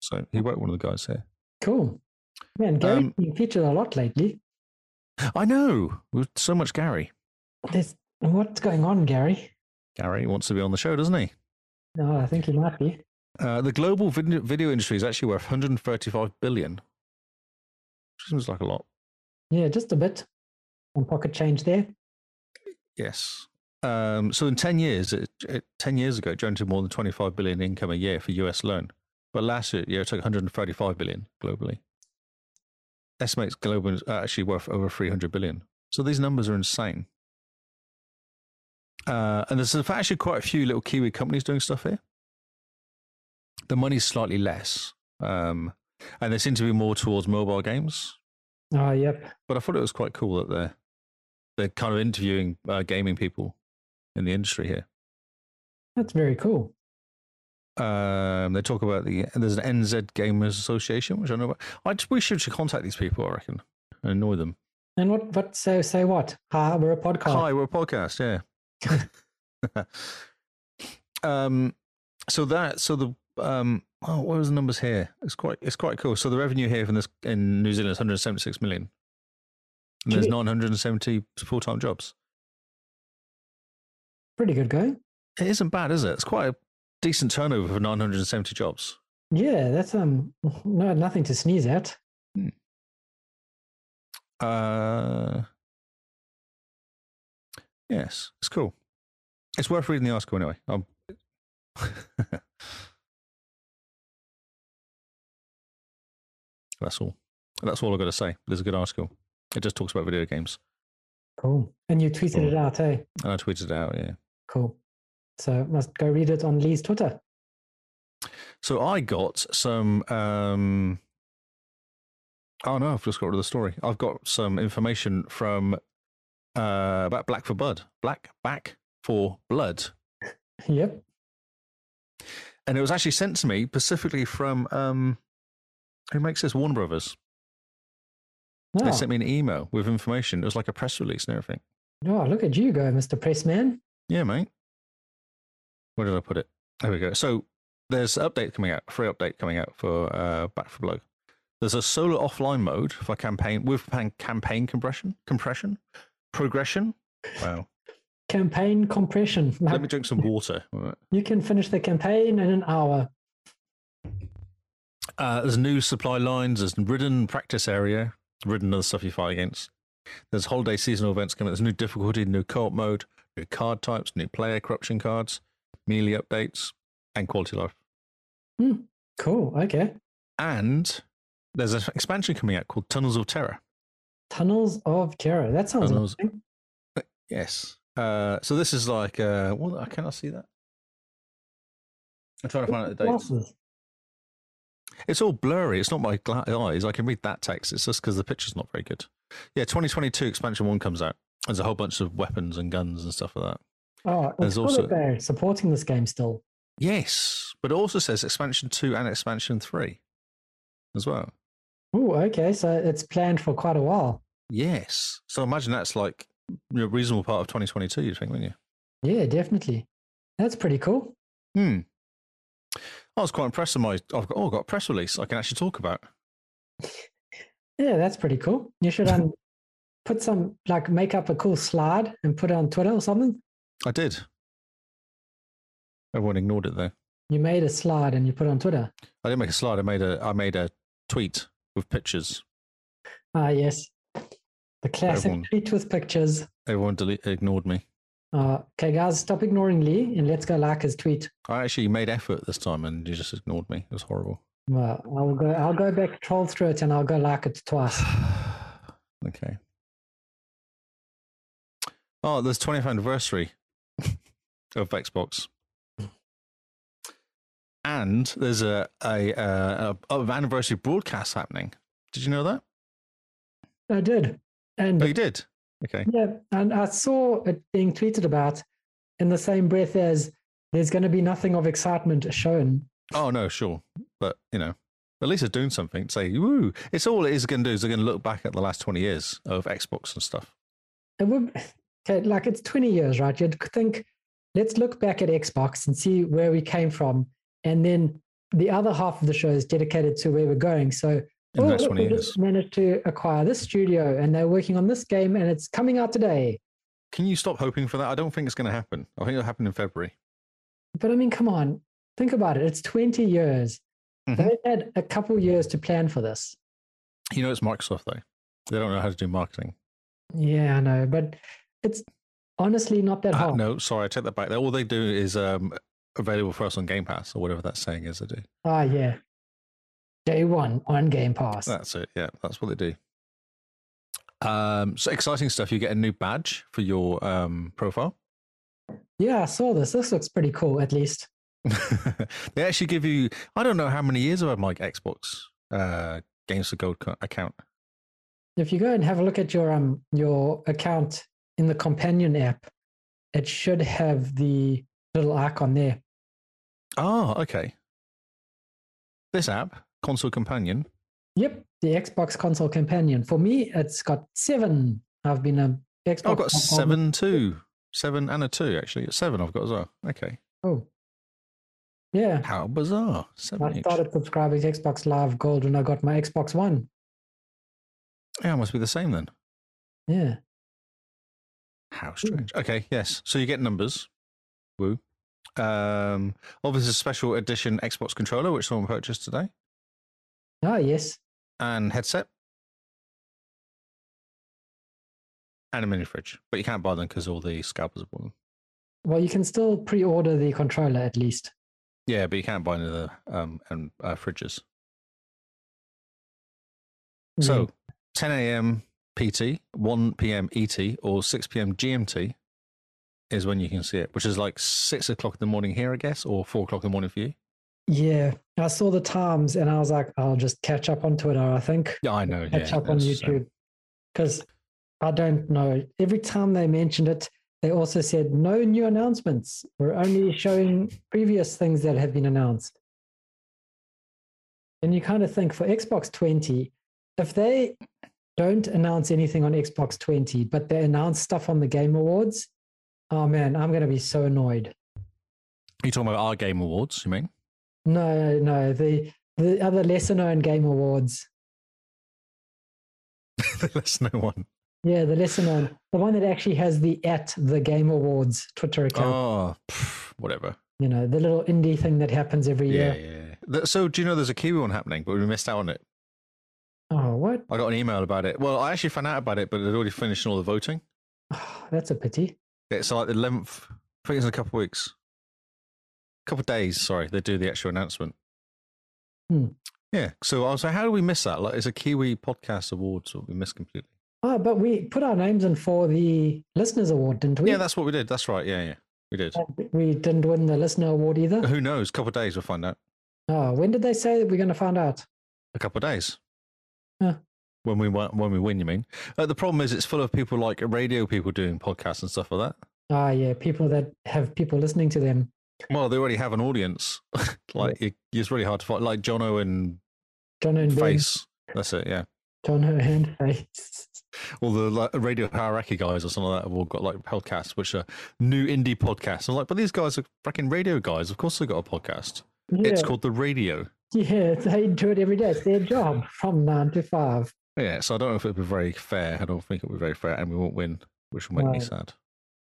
S1: So he worked with one of the guys here.
S2: Cool. Man, Gary's
S1: Um,
S2: been featured a lot lately.
S1: I know. With so much Gary.
S2: There's what's going on, Gary?
S1: Gary wants to be on the show, doesn't he?
S2: No, I think he might be.
S1: Uh, the global vid- video industry is actually worth 135 billion. Which seems like a lot.
S2: Yeah, just a bit. One pocket change there.
S1: Yes. Um, so in 10 years, it, it, 10 years ago, it generated more than 25 billion income a year for US alone. But last year, yeah, it took 135 billion globally. Estimates global are actually worth over 300 billion. So these numbers are insane. Uh, and there's actually quite a few little Kiwi companies doing stuff here. The money's slightly less. Um, and they seem to be more towards mobile games
S2: Oh, yep.
S1: but I thought it was quite cool that they're they're kind of interviewing uh, gaming people in the industry here.
S2: That's very cool.
S1: Um, they talk about the there's an NZ Gamers Association, which I know about. I just, we should, should contact these people, I reckon, and annoy them.
S2: And what? What? So say what? Hi, we're a podcast.
S1: Hi, we're a podcast, yeah. um, so that so the um, oh, what was the numbers here? It's quite it's quite cool. So the revenue here from this in New Zealand is 176 million, and there's
S2: Gee.
S1: 970 full time jobs.
S2: Pretty good going.
S1: It isn't bad, is it? It's quite a decent turnover for 970 jobs.
S2: Yeah, that's um, no, nothing to sneeze at.
S1: Uh, yes, it's cool. It's worth reading the article anyway. Um, that's all. That's all I've got to say. There's a good article. It just talks about video games.
S2: Cool. And you tweeted
S1: Cool.
S2: it out, hey?
S1: And I tweeted it out, yeah.
S2: Cool. So must go read it on Lee's Twitter.
S1: So I got some. Um, oh no, I've just got rid of the story. I've got some information from uh, about Black for Blood, Black Back for Blood,
S2: Yep.
S1: and it was actually sent to me specifically from um, who makes this Warner Brothers.
S2: Oh,
S1: They sent me an email with information. It was like a press release and everything.
S2: oh, look at you go, Mr. Pressman.
S1: Yeah, mate. Where did I put it? There we go. So there's an update coming out, a free update coming out for uh, Back for Blood. There's a solo offline mode for campaign with pan- campaign compression, compression, progression. Wow.
S2: Campaign compression.
S1: Let me drink some water.
S2: You can finish the campaign in an hour.
S1: Uh, there's new supply lines. There's ridden practice area, ridden other stuff you fight against. There's holiday seasonal events coming. There's new difficulty, new co-op mode, new card types, new player corruption cards, melee updates, and quality life.
S2: Cool. Okay.
S1: and there's an expansion coming out called Tunnels of Terror.
S2: Tunnels of Terror. That sounds
S1: Tunnels-
S2: amazing.
S1: Yes. Uh, so this is like, uh, what, I cannot see that. I'm trying to find out the dates.
S2: Glasses.
S1: It's all blurry. It's not my gla- eyes. I can read that text. It's just because the picture's not very good. Yeah, 2022 expansion one comes out. There's a whole bunch of weapons and guns and stuff like that.
S2: Oh,
S1: There's
S2: it's cool
S1: also-
S2: that they're supporting this game still.
S1: Yes, but it also says expansion two and expansion three as well.
S2: Oh, okay. So it's planned for quite a while.
S1: Yes. So imagine that's like a reasonable part of 2022, you'd think, wouldn't you?
S2: Yeah, definitely. That's pretty cool.
S1: Hmm. I was quite impressed with my. I've got, oh, I've got a press release I can actually talk about.
S2: Yeah, that's pretty cool. You should um, put some, like, make up a cool slide and put it on Twitter or something.
S1: I did. Everyone ignored it though.
S2: You made a slide and you put it on Twitter.
S1: I didn't make a slide. I made a. I made a tweet with pictures.
S2: Ah, yes. The classic
S1: Everyone-
S2: tweet with pictures.
S1: Everyone delete, ignored me.
S2: Uh, okay, guys, stop ignoring Lee and let's go like his tweet.
S1: I actually made effort this time, and you just ignored me. It was horrible.
S2: Well, I'll go. I'll go back troll through it and I'll go like it twice.
S1: okay. Oh, there's 20th anniversary of Xbox, and there's a a, uh a, a anniversary broadcast happening. Did you know that?
S2: I did, and
S1: Oh, you did. Okay.
S2: yeah, and I saw it being tweeted about in the same breath as there's going to be nothing of excitement shown.
S1: Oh no, sure, but you know, at least it's doing something. Say, woo! It's all it is going to do is they're going to look back at the last 20 years of Xbox and stuff.
S2: It would okay, like it's 20 years, right? You'd think, let's look back at Xbox and see where we came from, and then the other half of the show is dedicated to where we're going. So
S1: In the
S2: oh,
S1: next
S2: look,
S1: 20
S2: we
S1: years,
S2: just managed to acquire this studio and they're working on this game and it's coming out today.
S1: can you stop hoping for that? I don't think it's going to happen. I think it'll happen in February.
S2: But I mean, come on, think about it. It's 20 years.
S1: Mhm.
S2: They've had a couple years to plan for this.
S1: You know, it's Microsoft though. They don't know how to do marketing.
S2: Yeah, I know, but it's honestly not that
S1: Uh,
S2: hard.
S1: no, sorry, I take that back. All they do is um, available for us on Game Pass or whatever that saying is. They do.
S2: Ah, yeah. Day one on Game Pass.
S1: That's it. Yeah, that's what they do. Um, so exciting stuff. You get a new badge for your um, profile.
S2: yeah, I saw this. This looks pretty cool, at least.
S1: they actually give you. I don't know how many years I've had my Xbox uh, Games for Gold co- account.
S2: If you go and have a look at your um your account in the companion app, it should have the little icon there.
S1: Oh, okay. This app, Console Companion.
S2: Yep, the Xbox console companion. For me, it's got seven. I've been a Xbox.
S1: Oh, I've got
S2: console-
S1: seven, two, seven, and a two. Actually, it's seven. I've got as well. Okay.
S2: Oh, yeah.
S1: How bizarre. Seven.
S2: I
S1: each.
S2: started subscribing to Xbox Live Gold when I got my Xbox One.
S1: Yeah, it must be the same then.
S2: Yeah,
S1: How strange. Okay, yes. So you get numbers. Woo. Um, obviously, a special edition Xbox controller, which someone purchased today,
S2: ah, yes,
S1: and headset, and a mini fridge. But you can't buy them because all the scalpers have bought them.
S2: well, you can still pre-order the controller at least.
S1: Yeah, but you can't buy any of the um, and, Mm-hmm. uh, fridges. So, 10 a.m. PT, 1 p.m. ET, E or 6 p.m. GMT is when you can see it, which is like six o'clock in the morning here, I guess, or four o'clock in the morning for you.
S2: Yeah, I saw the times and I was like, I'll just catch up on Twitter, I think.
S1: Yeah, I know.
S2: Catch
S1: yeah,
S2: up on
S1: that's, uh,
S2: YouTube. Because I don't know. Every time they mentioned it, they also said no new announcements. We're only showing previous things that have been announced. And you kind of think for Xbox 20, if they don't announce anything on Xbox 20, but they announce stuff on the Game Awards, oh man, I'm going to be so annoyed.
S1: you talking about our game awards, you mean?
S2: No, no, the the other lesser known game awards.
S1: That's no one.
S2: Yeah, the lesser known, the one that actually has the at the game awards Twitter account.
S1: Oh, pff, whatever.
S2: You know, the little indie thing that happens every
S1: Yeah,
S2: year.
S1: yeah. Th- So, do you know there's a Kiwi one happening, but we missed out on it?
S2: Oh, what?
S1: I got an email about it. Well, I actually found out about it, but they'd already finished all the voting.
S2: Oh, that's a pity.
S1: It's like the 11th, I think it's in a couple of weeks. couple of days, sorry, they do the actual announcement.
S2: Hmm.
S1: Yeah. So I was like, how do we miss that? Like, it's a Kiwi podcast award, so we missed completely.
S2: Oh, but we put our names in for the listeners award, didn't we?
S1: Yeah, that's what we did. That's right. Yeah, yeah. We did.
S2: And we didn't win the listener award either.
S1: Who knows? A couple of days, we'll find out.
S2: Oh, when did they say that we're going to find out?
S1: A couple of days.
S2: Yeah.
S1: When we win, when we win, you mean? Uh, the problem is, it's full of people like radio people doing podcasts and stuff like that.
S2: Ah, yeah, people that have people listening to them.
S1: Well, they already have an audience. like, it, it's really hard to find. Like Jono and
S2: John and Ben.
S1: Face. That's it. Yeah.
S2: John and Face.
S1: All the like, radio Harakiri guys or something like that have all got like podcasts, which are new indie podcasts. I'm like, but these guys are freaking radio guys. Of course, they've got a podcast. It's
S2: Yeah.
S1: called The Radio.
S2: Yeah, they do it every day. It's their job from nine to five.
S1: Yeah. So I don't know if it would be very fair. I don't think it would be very fair, and we won't win, which will make me
S2: Right.
S1: sad.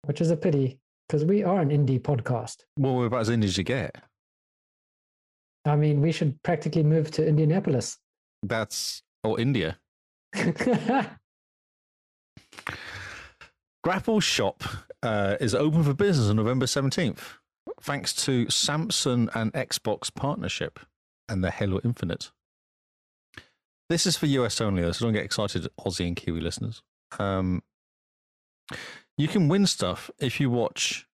S2: which is a pity because we are an indie podcast.
S1: Well, we're about as indie as you get.
S2: I mean, we should practically move to Indianapolis.
S1: That's or India.
S2: yeah,
S1: Grapple Shop uh, is open for business on November 17th, thanks to Samsung and Xbox partnership and the Halo Infinite. This is for US only, though, so don't get excited, Aussie and Kiwi listeners. Um, you can win stuff if you watch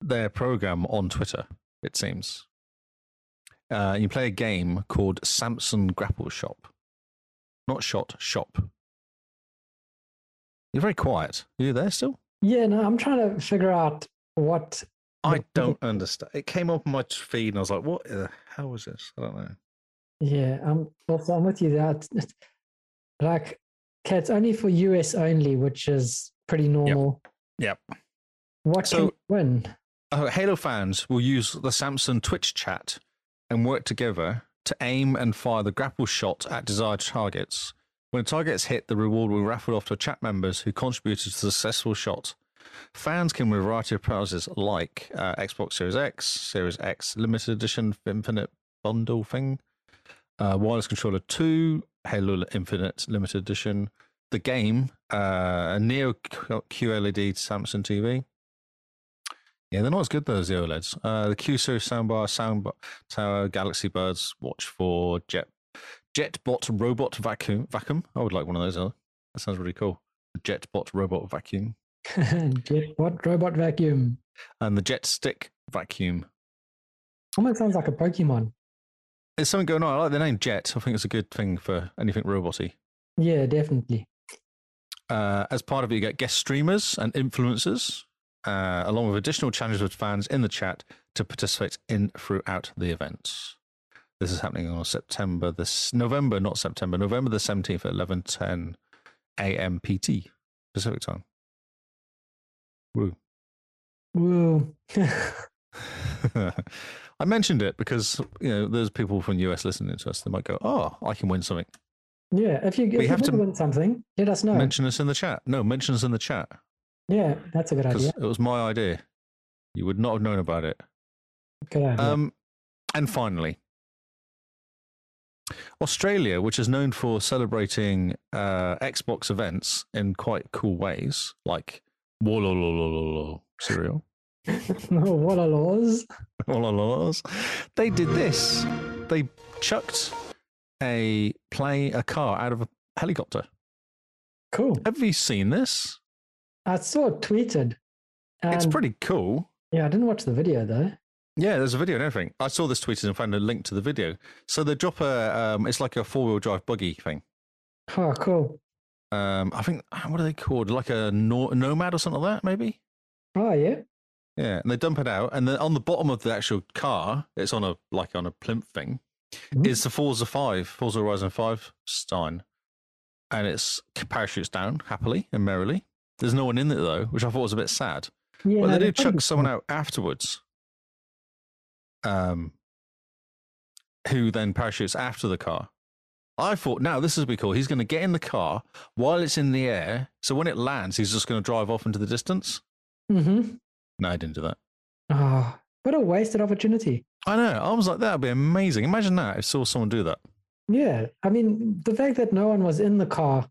S1: their program on Twitter, it seems. Uh, you play a game called Samson Grapple Shop. Not shot, shop. You're very quiet. Are you there still?
S2: no, I'm trying to figure out what.
S1: I
S2: Yeah.
S1: don't understand. It came up on my feed and I was like, what the hell is this? I don't know.
S2: Yeah, I'm also I'm with you there. It's- it's- Like, okay, it's only for US only, which is pretty normal.
S1: Yep.
S2: What
S1: So-
S2: can you win?
S1: Oh, Halo fans will use the Samsung Twitch chat and work together to aim and fire the grapple shot at desired targets. When a target is hit, the reward will be raffled off to chat members who contributed to the successful shot. Fans can win a variety of prizes like uh, Xbox Series X, Series X Limited Edition Infinite Bundle thing, uh, Wireless Controller 2, Halo Infinite Limited Edition, the game, uh, a Neo QLED Samsung TV. Yeah, they're not as good though as the OLEDs. Uh, the Q Series soundbar, soundbar tower, Galaxy Birds, Watch for Jet JetBot robot vacuum vacuum. I would like one of those. Huh? That sounds really cool. JetBot robot vacuum
S2: Get what robot vacuum?
S1: and the Jet Stick vacuum.
S2: Almost sounds like a Pokemon.
S1: There's something going on. I like the name Jet. I think it's a good thing for anything roboty.
S2: Yeah, definitely.
S1: Uh, as part of it, you get guest streamers and influencers, uh, along with additional challenges with fans in the chat to participate in throughout the event. This is happening on September this November, not September, November the seventeenth at eleven ten a.m. PT Pacific time. Woo!
S2: Woo.
S1: I mentioned it because you know there's people from US listening to us. They might go, "Oh, I can win something."
S2: yeah, if you, if
S1: We
S2: you
S1: have to
S2: did win something, let us know.
S1: Mention us in the chat. No, mention us in the chat.
S2: yeah, that's a good
S1: because
S2: idea.
S1: it was my idea. You would not have known about it.
S2: Good idea.
S1: Um, and finally, Australia, which is known for celebrating uh, Xbox events in quite cool ways, like Wolololololol cereal,
S2: No, what are laws?
S1: Wolololos, they did this. They chucked a play a car out of a helicopter.
S2: Cool.
S1: Have you seen this?
S2: I saw it tweeted.
S1: it's
S2: and-
S1: pretty cool.
S2: Yeah, I didn't watch the video though.
S1: Yeah, there's a video and everything. I saw this tweeted and found a link to the video. So they drop a, um, it's like a four wheel drive buggy thing.
S2: Oh, cool.
S1: Um, I think what are they called? Like a no- nomad or something like that, maybe.
S2: Oh, yeah.
S1: Yeah, and they dump it out, and then on the bottom of the actual car, it's on a like on a plimp thing,
S2: Mhm.
S1: is the Forza Five, Forza Horizon Five Stein, and it's parachutes down happily and merrily. There's no one in it though, which I thought was a bit sad.
S2: Yeah,
S1: But they
S2: no,
S1: do
S2: that would be
S1: chuck someone
S2: cool.
S1: out afterwards, um, who then parachutes after the car. I thought, now this is be cool. He's going to get in the car while it's in the air, so when it lands, he's just going to drive off into the distance.
S2: Mhm.
S1: No, I didn't do that.
S2: Ah, what a wasted opportunity.
S1: I know. I was like, that would be amazing. Imagine that if saw someone do that.
S2: Yeah. I mean, the fact that no one was in the car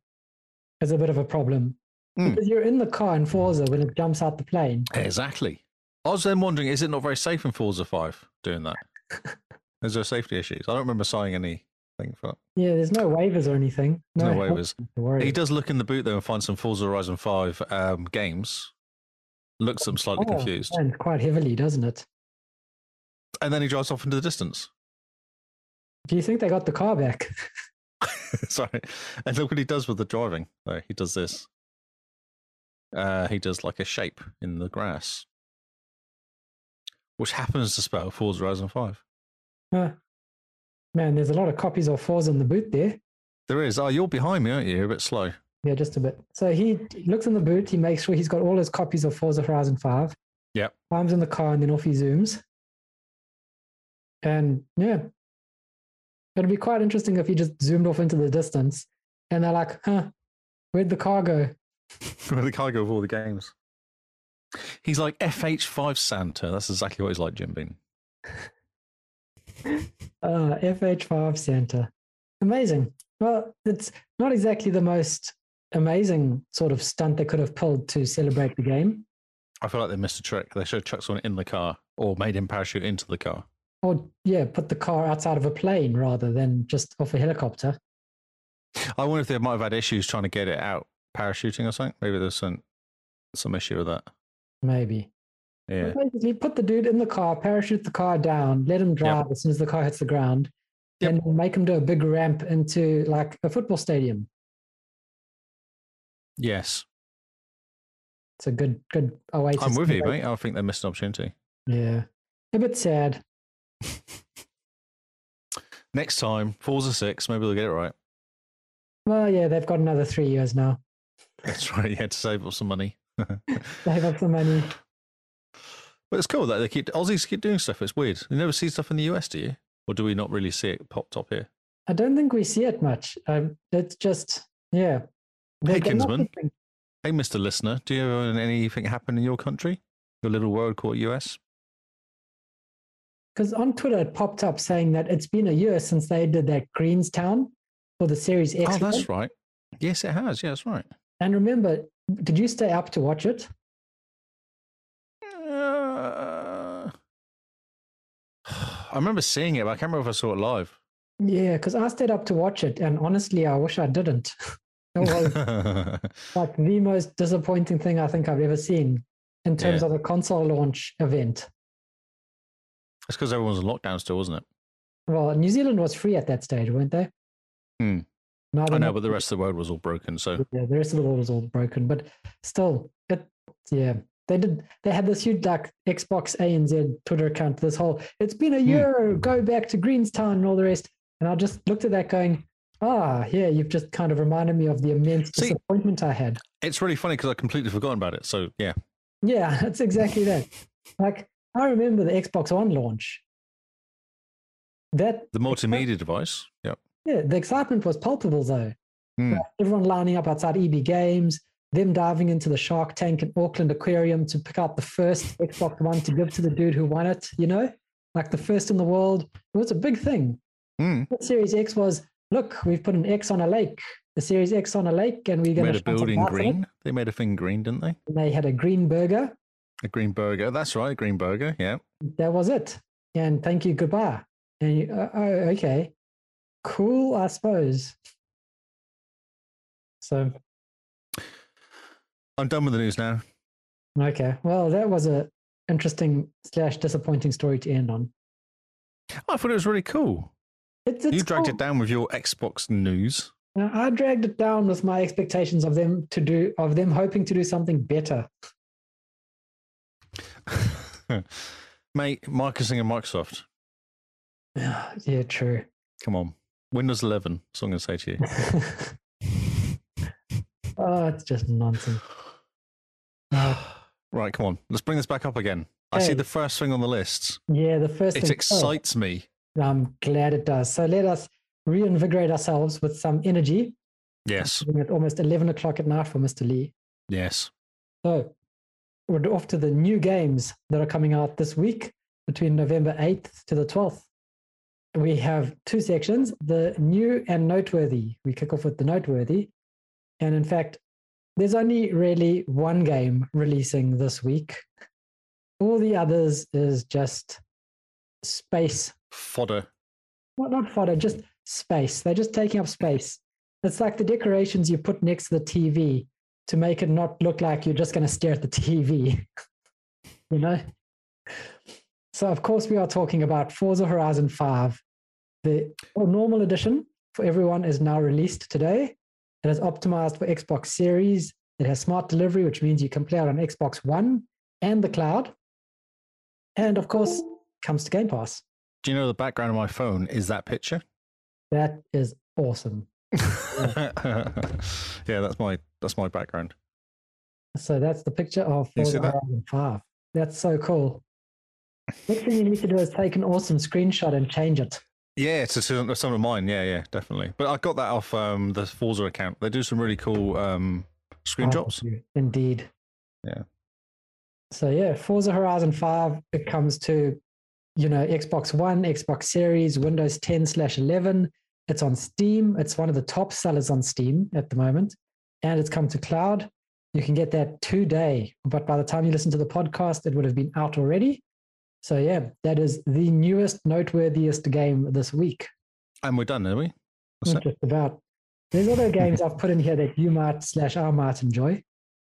S2: is a bit of a problem.
S1: Mm.
S2: Because you're in the car in Forza when it jumps out the plane.
S1: Exactly. I was then wondering, is it not very safe in Forza 5 doing that? is there safety issues? I don't remember signing anything for that.
S2: Yeah, there's no waivers or anything.
S1: No, waivers.
S2: Don't worry.
S1: He does look in the boot though and find some Forza Horizon 5 um, games. Looks at them slightly
S2: Oh,
S1: confused.
S2: And quite heavily, doesn't it?
S1: And then he drives off into the distance.
S2: Do you think they got the car back?
S1: Sorry. And look what he does with the driving. Though he does this. Uh, he does like a shape in the grass. Which happens to spell Forza Horizon 5.
S2: Huh. Man, there's a lot of copies of Forza in the boot there.
S1: There is. Oh, you're behind me, aren't you? You're a bit slow.
S2: Yeah, just a bit. So he looks in the boot. He makes sure he's got all his copies of Forza Horizon 5.
S1: Yep.
S2: Climbs in the car and then off he zooms. And yeah, it'd be quite interesting if he just zoomed off into the distance and they're like, huh, where'd the car go?
S1: With the cargo of all the games. He's like FH5 Santa. That's exactly what he's like, Jim Bean.
S2: Uh, FH5 Santa. Amazing. Well, it's not exactly the most amazing sort of stunt they could have pulled to celebrate the game
S1: I feel like they missed a trick. They should have chucked someone in the car or made him parachute into the car.
S2: or yeah put the car outside of a plane rather than just off a helicopter
S1: I wonder if they might have had issues trying to get it out parachuting or something. Maybe there's some, some issue with that.
S2: maybe
S1: Yeah.
S2: basically put the dude in the car parachute the car down let him drive as soon as the car hits the ground
S1: Yep.
S2: and make him do a big ramp into like a football stadium
S1: Yes.
S2: it's a good good away to
S1: I'm with you,
S2: celebrate.
S1: mate. I think they missed an opportunity.
S2: yeah a bit sad
S1: Next time, Forza 6, maybe they'll get it right.
S2: well yeah they've got another three years now
S1: That's right. You had to save up some money.
S2: they have up the money
S1: But it's cool that they keep Aussies keep doing stuff. It's weird. You never see stuff in the US, do you? Or do we not really see it popped up here?
S2: i don't think we see it much um, it's just yeah
S1: Hey,
S2: they're not
S1: Kinsman.
S2: different.
S1: Hey, Mister Listener, do you ever anything happen in your country, your little world called US?
S2: Because on Twitter it popped up saying that it's been a year since they did that Greenstown for the Series X.
S1: Oh,
S2: one.
S1: that's right. Yes, it has. Yeah, that's right.
S2: And remember, did you stay up to watch it?
S1: Uh, I remember seeing it, but I can't remember if I saw it live.
S2: Yeah, because I stayed up to watch it, and honestly, I wish I didn't. it was like the most disappointing thing I think I've ever seen in terms
S1: Yeah.
S2: of a console launch event.
S1: it's because everyone's in lockdown still, wasn't it?
S2: Well, New Zealand was free at that stage, weren't they?
S1: Hmm.
S2: Neither
S1: I know,
S2: Nor-
S1: but the rest of the world was all broken. So
S2: yeah, the rest of the world was all broken, but still, it yeah, they did. They had this huge like Xbox A and Z Twitter account. This whole it's been a year, go back to Greenstown and all the rest. And I just looked at that going, ah, yeah, you've just kind of reminded me of the immense
S1: See-
S2: disappointment I had.
S1: it's really funny because I completely forgotten about it. So yeah,
S2: Yeah, that's exactly that. Like I remember the Xbox One launch. That
S1: the multimedia device. Yeah.
S2: Yeah, the excitement was palpable though.
S1: Hmm.
S2: Like, everyone lining up outside EB Games, them diving into the Shark Tank in Auckland Aquarium to pick up the first Xbox One to give to the dude who won it, you know? Like the first in the world. It was a big thing.
S1: Mm.
S2: The Series X was look, we've put an X on a lake, the Series X on a lake, and we're
S1: They
S2: going
S1: made
S2: to
S1: a building green. They made a thing green, didn't they?
S2: And they had a green burger.
S1: A green burger. That's right, a green burger. Yeah.
S2: That was it. And thank you, goodbye. And you, uh, oh, okay. Cool, I suppose. So
S1: I'm done with the news now.
S2: Okay. Well, that was a interesting slash disappointing story to end on.
S1: I thought it was really cool.
S2: It's, it's
S1: you dragged it
S2: cool.
S1: down with your Xbox news.
S2: Now, I dragged it down with my expectations of them to do of them hoping to do something better.
S1: Mate, marketing and Microsoft.
S2: Yeah, yeah, true.
S1: Come on. Windows 11. That's what I'm going to say to you.
S2: oh, it's just nonsense. Uh,
S1: right, come on. Let's bring this back up again. I see
S2: Okay.
S1: the first thing on the list.
S2: Yeah, the first
S1: It
S2: thing. oh,
S1: excites me.
S2: I'm glad it does. So let us reinvigorate ourselves with some energy.
S1: Yes.
S2: At almost eleven o'clock at night for Mr. Lee.
S1: Yes.
S2: So we're off to the new games that are coming out this week between November 8th to the 12th. We have two sections the new and noteworthy. We kick off with the noteworthy. And in fact, there's only really one game releasing this week. All the others is just space.
S1: Fodder.
S2: Well, not fodder, just space. They're just taking up space. It's like the decorations you put next to the TV to make it not look like you're just going to stare at the TV. you know? So, of course, we are talking about Forza Horizon 5. The normal edition for everyone is now released today. It is optimized for Xbox Series. It has smart delivery, which means you can play it on Xbox One and the cloud. And of course, comes to Game Pass.
S1: Do you know the background of my phone is that picture?
S2: That is awesome.
S1: yeah, that's my that's my background.
S2: So that's the picture of
S1: You see
S2: Forza
S1: that?
S2: Horizon 5. That's so cool. Next thing you need to do is take an awesome screenshot and change it.
S1: Yeah, it's a, some some of mine. Yeah, yeah, definitely. But I got that off um, the Forza account. They do some really cool um, screen
S2: Oh,
S1: drops.
S2: you- Indeed.
S1: Yeah.
S2: So yeah, Forza Horizon 5, it comes to, you know, Xbox One, Xbox Series, Windows 10 slash 11. It's on Steam. It's one of the top sellers on Steam at the moment. And it's come to cloud. You can get that today. But by the time you listen to the podcast, it would have been out already. So yeah, that is the newest, noteworthiest game this week. Oh.
S1: And we're done, are we? That's
S2: Not
S1: it.
S2: just about. There's other games I've put in here that you might slash I might enjoy.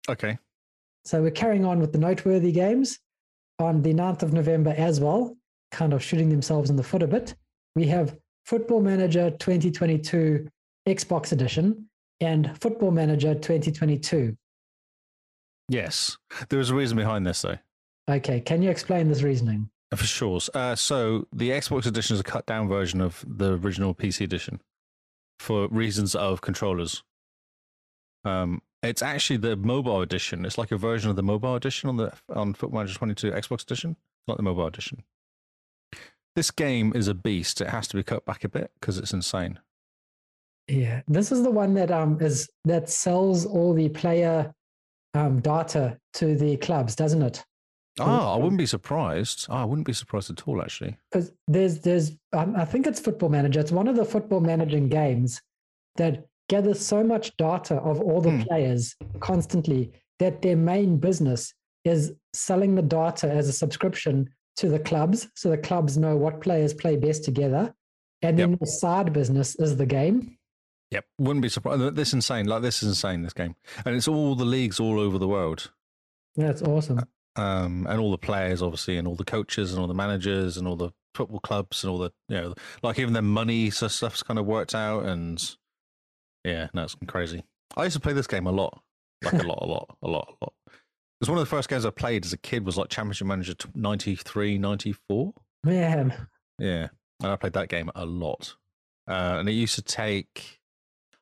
S1: Okay.
S2: So we're carrying on with the noteworthy games on the 9th of November as well, kind of shooting themselves in the foot a bit. We have Football Manager 2022 Xbox Edition and Football Manager 2022.
S1: Yes. There was a reason behind this, though.
S2: Okay, can you explain this reasoning?
S1: For sure. Uh, so the Xbox edition is a cut down version of the original PC edition for reasons of controllers. Um, it's actually the mobile edition. It's like a version of the mobile edition on the on Foot Manager 22 Xbox edition, not the mobile edition. This game is a beast. It has to be cut back a bit because it's insane.
S2: Yeah, this is the one that um is that sells all the player um, data to the clubs, doesn't it?
S1: Ah, I wouldn't be surprised. Ah, I wouldn't be surprised at all, actually.
S2: because there's there's um, I think it's Football Manager. It's one of the football managing games that gathers so much data of all the
S1: Hmm.
S2: players constantly that their main business is selling the data as a subscription to the clubs, so the clubs know what players play best together, and then the side business is the game.
S1: Yep. Wouldn't be surprised. This is insane. Like, this is insane, this game. And it's all the leagues all over the world.
S2: That's awesome.
S1: um, and all the players, obviously, and all the coaches, and all the managers, and all the football clubs, and all the you know, like even their money, so stuff's kind of worked out, and yeah, no, it's crazy. I used to play this game a lot, like a lot, a lot, a lot, a lot. It was one of the first games I played as a kid. Was like Championship Manager t- 93, 94.
S2: Man,
S1: Yeah, and I played that game a lot, uh, and it used to take.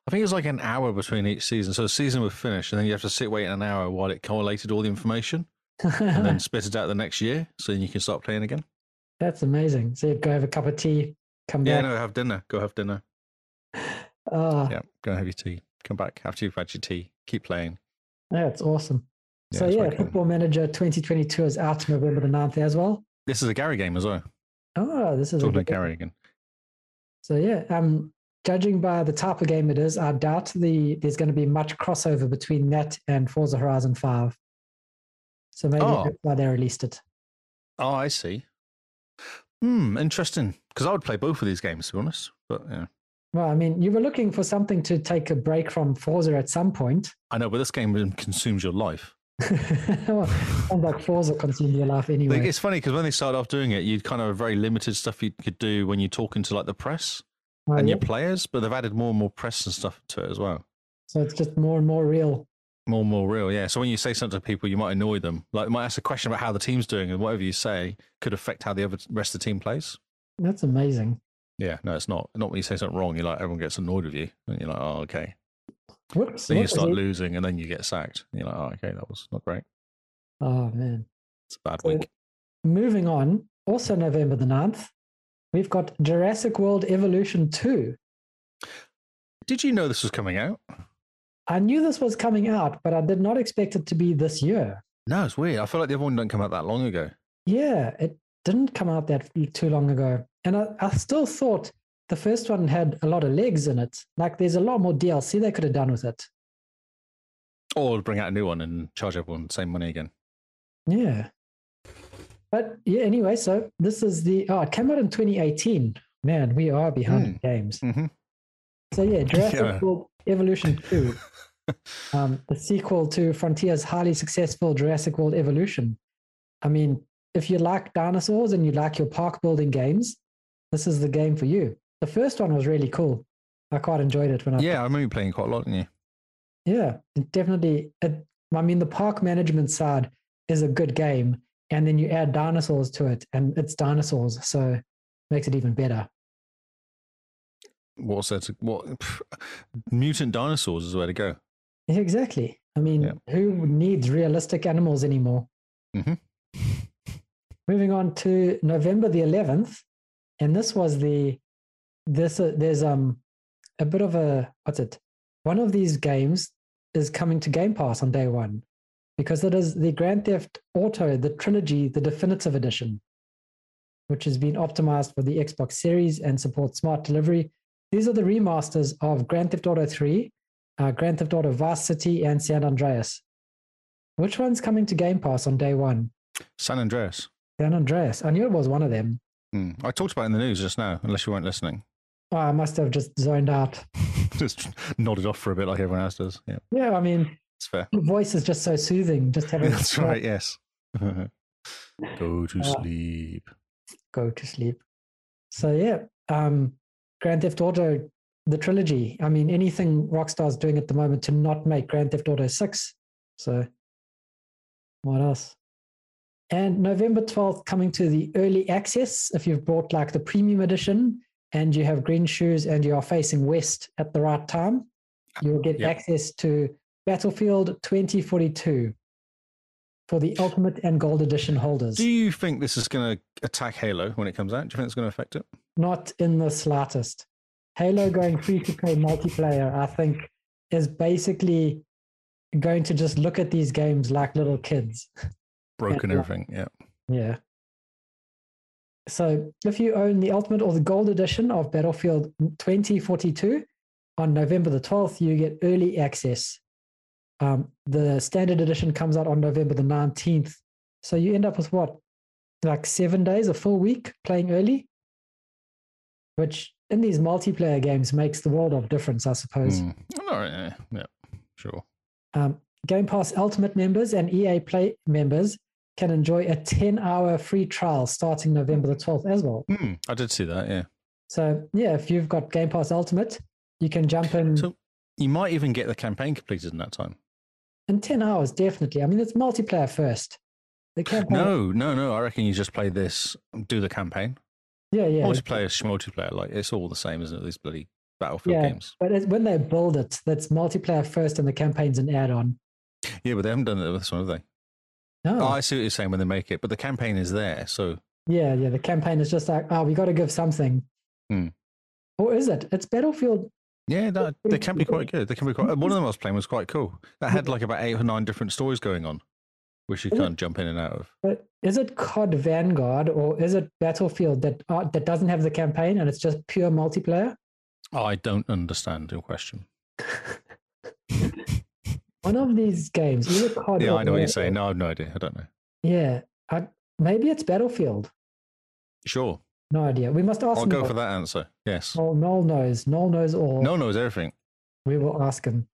S1: I think it was like an hour between each season. So the season would finish, and then you have to sit wait an hour while it collated all the information and then spit it out the next year so you can start playing again.
S2: that's amazing. So you'd go have a cup of tea, come
S1: Yeah,
S2: back.
S1: no, have dinner. Go have dinner.
S2: Ah,
S1: Yeah, go have your tea. Come back after you've had your tea. Keep playing.
S2: that's awesome.
S1: Yeah,
S2: so
S1: it's
S2: yeah,
S1: really cool.
S2: Football Manager 2022 is out November the 9th as well.
S1: This is a Gary game as well.
S2: Oh, this is a
S1: Talking about
S2: good one.
S1: Gary again.
S2: So yeah, um, judging by the type of game it is, I doubt the there's going to be much crossover between that and Forza Horizon Five. So maybe
S1: Oh.
S2: that's why they released it.
S1: Oh, I see. Hmm, interesting. Because I would play both of these games to be honest. But yeah,
S2: Well, I mean, you were looking for something to take a break from Forza at some point.
S1: I know, but this game consumes your life.
S2: well, sounds like Forza consumed your life anyway.
S1: Like, it's funny because when they started off doing it, you kind of have very limited stuff you could do when you're talking to like the press
S2: Oh,
S1: and
S2: yeah.
S1: your players, but they've added more and more press and stuff to it as well.
S2: So it's just more and more real.
S1: More and more real, yeah. So when you say something to people, you might annoy them. Like, you might ask a question about how the team's doing, and whatever you say could affect how the other rest of the team plays.
S2: That's amazing.
S1: Yeah, no, it's not. Not when you say something wrong, you're like, everyone gets annoyed with you. And you're like, oh, okay.
S2: Whoops.
S1: Then you
S2: what was
S1: start
S2: it?
S1: losing, and then you get sacked. And you're like, oh, okay, that was not great.
S2: oh, man.
S1: It's a bad
S2: So-
S1: week.
S2: Moving on, also November the 9th, we've got Jurassic World Evolution 2.
S1: Did you know this was coming out?
S2: I knew this was coming out, but I did not expect it to be this year.
S1: No, it's weird. I feel like the other one didn't come out that long ago.
S2: Yeah, it didn't come out that l- too long ago. And I, I still thought the first one had a lot of legs in it. Like there's a lot more DLC they could have done with it.
S1: Or bring out a new one and charge everyone the same money again.
S2: Yeah. But yeah, anyway, so this is the oh, it came out in 2018. Man, we are behind
S1: Hmm.
S2: the games.
S1: Mm-hmm.
S2: So yeah, Jurassic
S1: Yeah.
S2: World Evolution 2, um, the sequel to Frontier's highly successful Jurassic World Evolution. I mean, if you like dinosaurs and you like your park building games, this is the game for you. The first one was really cool. I quite enjoyed it when I
S1: Yeah, I remember you playing quite a lot, didn't you?
S2: yeah, it definitely. It, I mean, the park management side is a good game, and then you add dinosaurs to it, and it's dinosaurs, so makes it even better.
S1: What was there to, what, pff, mutant dinosaurs is the way to go.
S2: Yeah, Exactly. I mean,
S1: Yeah.
S2: who needs realistic animals anymore?
S1: Mhm.
S2: Moving on to November the 11th, and this was the this uh, there's um a bit of a what's it? One of these games is coming to Game Pass on day one because it is the Grand Theft Auto the trilogy, the definitive edition, which has been optimized for the Xbox Series and supports smart delivery. These are the remasters of Grand Theft Auto 3, uh, Grand Theft Auto Vice City, and San Andreas. Which one's coming to Game Pass on day one?
S1: San Andreas.
S2: San Andreas. I knew it was one of them.
S1: Hmm. I talked about it in the news just now, unless you weren't listening.
S2: Oh, I must have just zoned out.
S1: just nodded off for a bit like everyone else does. Yeah,
S2: Yeah, I mean,
S1: it's fair.
S2: your voice is just so soothing. Just having
S1: That's right, yes. go to sleep.
S2: go to sleep. So yeah, um, Grand Theft Auto, the trilogy. I mean, anything Rockstar's doing at the moment to not make Grand Theft Auto six. So what else? And November twelfth, coming to the early access. If you've bought like the premium edition and you have green shoes and you are facing west at the right time, you will get
S1: Yep.
S2: access to Battlefield twenty forty two for the ultimate and gold edition holders.
S1: Do you think this is going to attack Halo when it comes out? Do you think it's going to affect it?
S2: Not in the slightest. Halo going free to play multiplayer, I think, is basically going to just look at these games like little kids.
S1: Broken
S2: Yeah.
S1: everything, yeah.
S2: Yeah. So if you own the Ultimate or the Gold Edition of Battlefield 2042 on November the 12th, you get early access. Um, the Standard Edition comes out on November the 19th. So you end up with what? Like seven days, a full week playing early? Which in these multiplayer games makes the world of difference, I suppose.
S1: Hmm. All right, yeah, yeah, sure.
S2: Um, Game Pass Ultimate members and EA Play members can enjoy a 10 hour free trial starting November the 12th as well.
S1: Hmm. I did see that, yeah.
S2: So, yeah, if you've got Game Pass Ultimate, you can jump in
S1: So you might even get the campaign completed in that time.
S2: in 10 hours, definitely. I mean, it's multiplayer first. The campaign,
S1: No, no, no. I reckon you just play this, do the campaign.
S2: yeah, yeah.
S1: Multiplayer, sh- multiplayer. Like it's all the same, isn't it? These bloody Battlefield
S2: Yeah.
S1: games.
S2: But it, when they build it, that's multiplayer first and the campaign's an add on.
S1: Yeah, but they haven't done it with this one, have they?
S2: No.
S1: Oh, I see what you're saying when they make it, but the campaign is there. So
S2: yeah, yeah. The campaign is just like, oh, we got to give something.
S1: Hmm.
S2: Or is it? It's Battlefield.
S1: yeah, that, they can be
S2: pretty
S1: quite good. They can be quite. One of them I was playing was quite cool. That had like about eight or nine different stories going on, which you
S2: Is it-
S1: can't jump in and out of.
S2: But is it COD Vanguard or is it Battlefield that uh, that doesn't have the campaign and it's just pure multiplayer?
S1: I don't understand your question.
S2: One of these games, either COD.
S1: Yeah,
S2: or
S1: I know what you're
S2: Vanguard.
S1: saying. No, I have no idea. I don't know.
S2: Yeah, I, maybe it's Battlefield.
S1: Sure,
S2: No idea. We must ask
S1: I'll
S2: him.
S1: go for that answer. Yes.
S2: Oh, Noel knows. Noel knows all.
S1: No knows everything.
S2: We will ask him.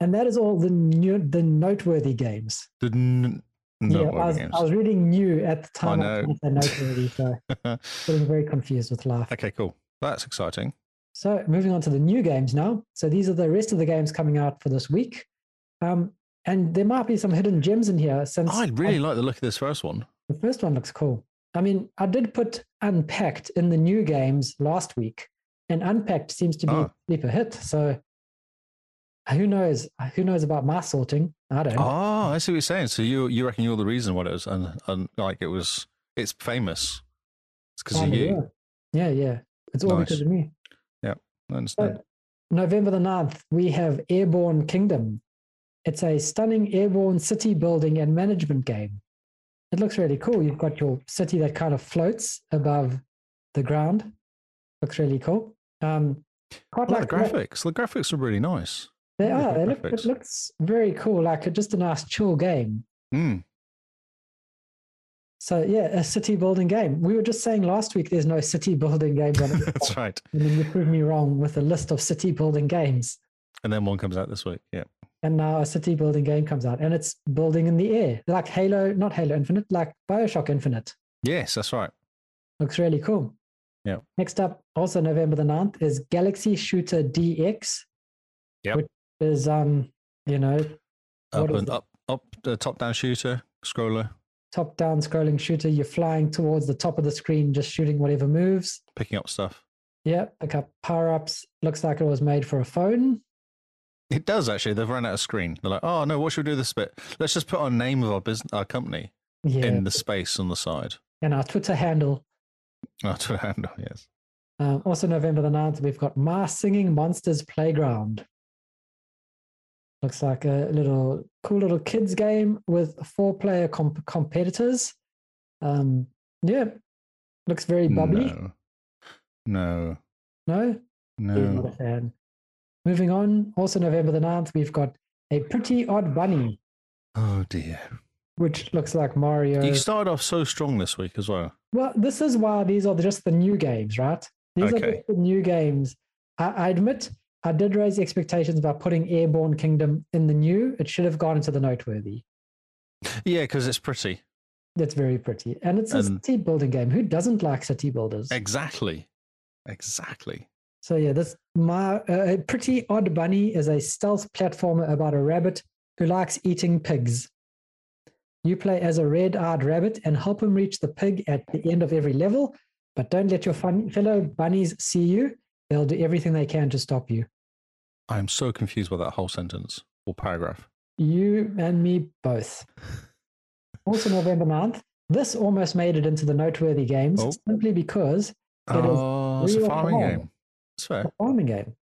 S2: And that is all the new, the noteworthy games.
S1: The n- no
S2: yeah, I was,
S1: games.
S2: I was reading new at the time.
S1: I know.
S2: I the noteworthy, so getting very confused with life.
S1: okay, cool. That's exciting.
S2: So moving on to the new games now. So these are the rest of the games coming out for this week. Um, and there might be some hidden gems in here since
S1: I really like the look of this first one.
S2: the first one looks cool. I mean, I did put Unpacked in the new games last week, and Unpacked seems to be
S1: Ah.
S2: a sleeper hit. So who knows? Who knows about my sorting? I don't.
S1: Oh, I see what you're saying. So you you reckon you're the reason why it was and and like it was it's famous. It's because of
S2: Find a
S1: you.
S2: word. Oh, Yeah, yeah. It's all
S1: Nice.
S2: because of me.
S1: I understand.
S2: November the 9th, we have Airborne Kingdom. It's a stunning airborne city building and management game. It looks really cool. You've got your city that kind of floats above the ground. Looks really cool. Um, quite
S1: I like the
S2: that-
S1: graphics. The graphics are really nice.
S2: They
S1: Yeah,
S2: are.
S1: the
S2: They look,
S1: graphics.
S2: it looks very cool. Like just a nice chill game.
S1: Mm.
S2: So yeah, a city building game. We were just saying last week there's no city building games on it.
S1: That's right.
S2: and then you proved me wrong with a list of city building games.
S1: And then one comes out this week. Yeah.
S2: and now a city building game comes out and it's building in the air like halo not halo infinite like bioshock infinite
S1: Yes, that's right.
S2: looks really cool
S1: Yeah.
S2: next up also november the 9th is galaxy shooter dx
S1: Yep.
S2: which is um you know
S1: Up
S2: What is
S1: and
S2: it?
S1: up up the top down shooter scroller,
S2: top down scrolling shooter you're flying towards the top of the screen just shooting whatever moves
S1: picking up stuff.
S2: yeah pick up power ups looks like it was made for a phone
S1: It does actually. They've run out of screen. They're like, oh no, what should we do this bit? Let's just put our name of our business, our company,
S2: yeah
S1: in the space on the side.
S2: and our twitter handle
S1: That's what I handle. Yes.
S2: Um, also, November the 9th, we've got Ma Singing Monsters Playground. Looks like a little cool little kids game with four player comp- competitors. Um, yeah, looks very bubbly.
S1: No. No.
S2: No,
S1: No.
S2: he's not a fan. Moving on, also November the 9th, we've got a pretty odd bunny,
S1: Oh dear.
S2: which looks like Mario.
S1: You started off so strong this week as well.
S2: Well, this is why these are just the new games, right? These are
S1: Okay.
S2: just the new games. I, I admit I did raise expectations about putting Airborne Kingdom in the new. It should have gone into the noteworthy.
S1: Yeah, because it's pretty.
S2: That's very pretty. And it's a
S1: And-
S2: city building game. Who doesn't like city builders?
S1: Exactly. Exactly.
S2: So, yeah, this my uh, pretty odd bunny is a stealth platformer about a rabbit who likes eating pigs. You play as a red eyed rabbit and help him reach the pig at the end of every level, but don't let your fun- fellow bunnies see you. They'll do everything they can to stop you.
S1: I'm so confused by that whole sentence or paragraph.
S2: You and me both. Also, November 9th, this almost made it into the noteworthy games
S1: Oh.
S2: simply because It is
S1: oh, it's a
S2: real
S1: farming
S2: farm.
S1: game. That's fair.
S2: it's a farming game.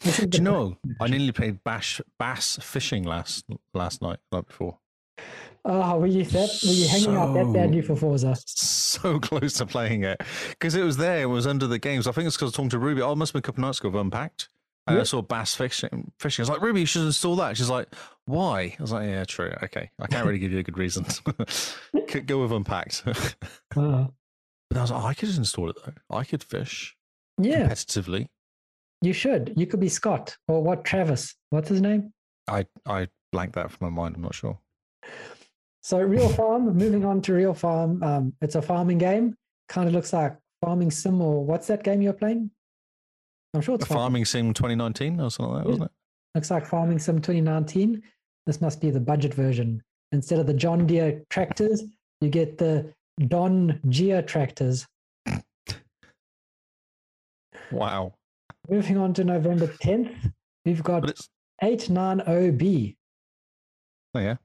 S2: This is
S1: Do
S2: the
S1: you know? I nearly played bash, bass fishing last last night, night before.
S2: Oh, were you that? Were you hanging out that
S1: So-
S2: badly for Forza?
S1: So close to playing it because it was there. It was under the games. I think it's because I was talking to Ruby. Oh, it must have been a couple nights ago. I've unpacked. And I
S2: Yeah.
S1: saw bass fishing. Fishing. I was like, Ruby, you should install that. She's like, Why? I was like, Yeah, true. Okay, I can't really give you a good reason. Could go with unpacked. but
S2: Oh.
S1: I was like, oh, I could install it though. I could fish
S2: Yeah,
S1: competitively.
S2: you should. You could be Scott or what? Travis? What's his name?
S1: I I blanked that from my mind. I'm not sure.
S2: So Real Farm. moving on to Real Farm. Um, it's a farming game. Kind of looks like Farming Sim or what's that game you're playing? I'm sure it's
S1: A farming sim 2019 or something like that,
S2: Yeah.
S1: wasn't it?
S2: Looks like Farming Sim 2019. This must be the budget version. Instead of the John Deere tractors, you get the Don Geo tractors.
S1: Wow.
S2: Moving on to November 10th, we've
S1: But
S2: got
S1: it's
S2: 890B.
S1: oh yeah.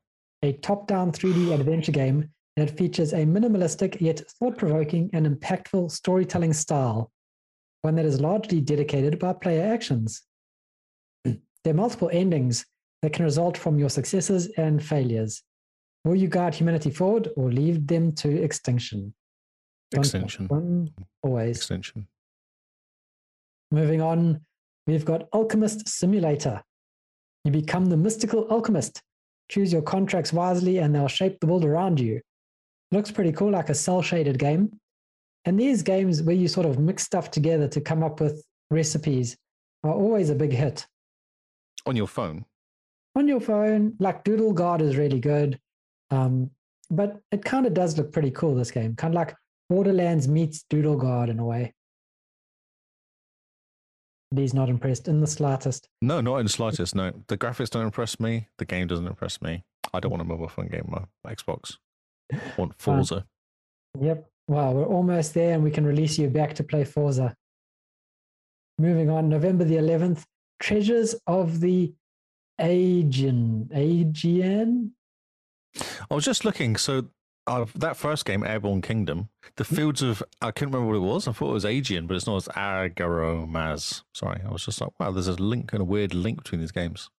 S2: a top down 3D adventure game that features a minimalistic yet thought provoking and impactful storytelling style, one that is largely dedicated by player actions. There are multiple endings that can result from your successes and failures. Will you guide humanity forward or lead them to extinction? One plus
S1: Extension.
S2: one, always.
S1: Extension.
S2: Moving on, we've got Alchemist Simulator. You become the mystical alchemist. Choose your contracts wisely and they'll shape the world around you. Looks pretty cool, like a cell shaded game. And these games where you sort of mix stuff together to come up with recipes are always a big hit.
S1: on your phone.
S2: On your phone, like Doodle God is really good. Um, but it kind of does look pretty cool, this game. Kind of like Borderlands meets Doodle God in a way. But He's not impressed in the slightest.
S1: No, not in the slightest. No, the graphics don't impress me. The game doesn't impress me. I don't want a mobile phone game on my Xbox. I want Forza.
S2: Yep. Wow, we're almost there and we can release you back to play Forza. Moving on, November the 11th, Treasures of the Aegean. Aegean?
S1: I was just looking. So uh, that first game, Airborne Kingdom, the
S2: Hmm?
S1: fields of I couldn't remember what it was. I thought it was Aegean, but it's not. It's Agaromaz. Sorry, I was just like, wow, there's a link and a weird link between these games.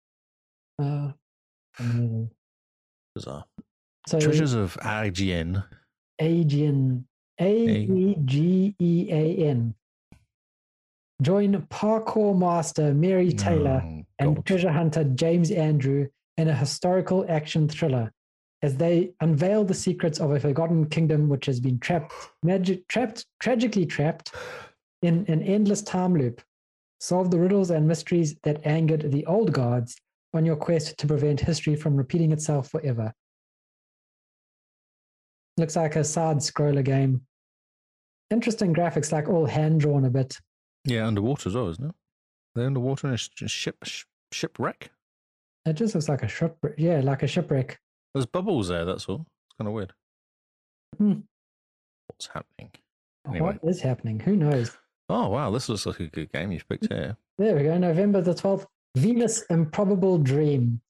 S2: Uh, amazing.
S1: Bizarre.
S2: so
S1: Treasures of Aegean.
S2: Aegean. A E G E A N. Join parkour master Mary Taylor
S1: Oh,
S2: and
S1: God.
S2: treasure hunter James Andrew in a historical action thriller as they unveil the secrets of a forgotten kingdom which has been trapped, magic, trapped, tragically trapped in an endless time loop. Solve the riddles and mysteries that angered the old gods on your quest to prevent history from repeating itself forever. Looks like a side scroller game. Interesting graphics, like all hand drawn a bit.
S1: Yeah, underwater as well, isn't it? They're underwater in a sh- ship sh- shipwreck.
S2: It just looks like a shipwreck. Yeah, like a shipwreck.
S1: There's bubbles there. That's all. It's kind of weird.
S2: Hmm.
S1: What's happening? Anyway.
S2: What is happening? Who knows?
S1: Oh wow, this looks like a good game you've picked
S2: Mm,
S1: here.
S2: There we go. November the 12th, Venus Improbable Dream,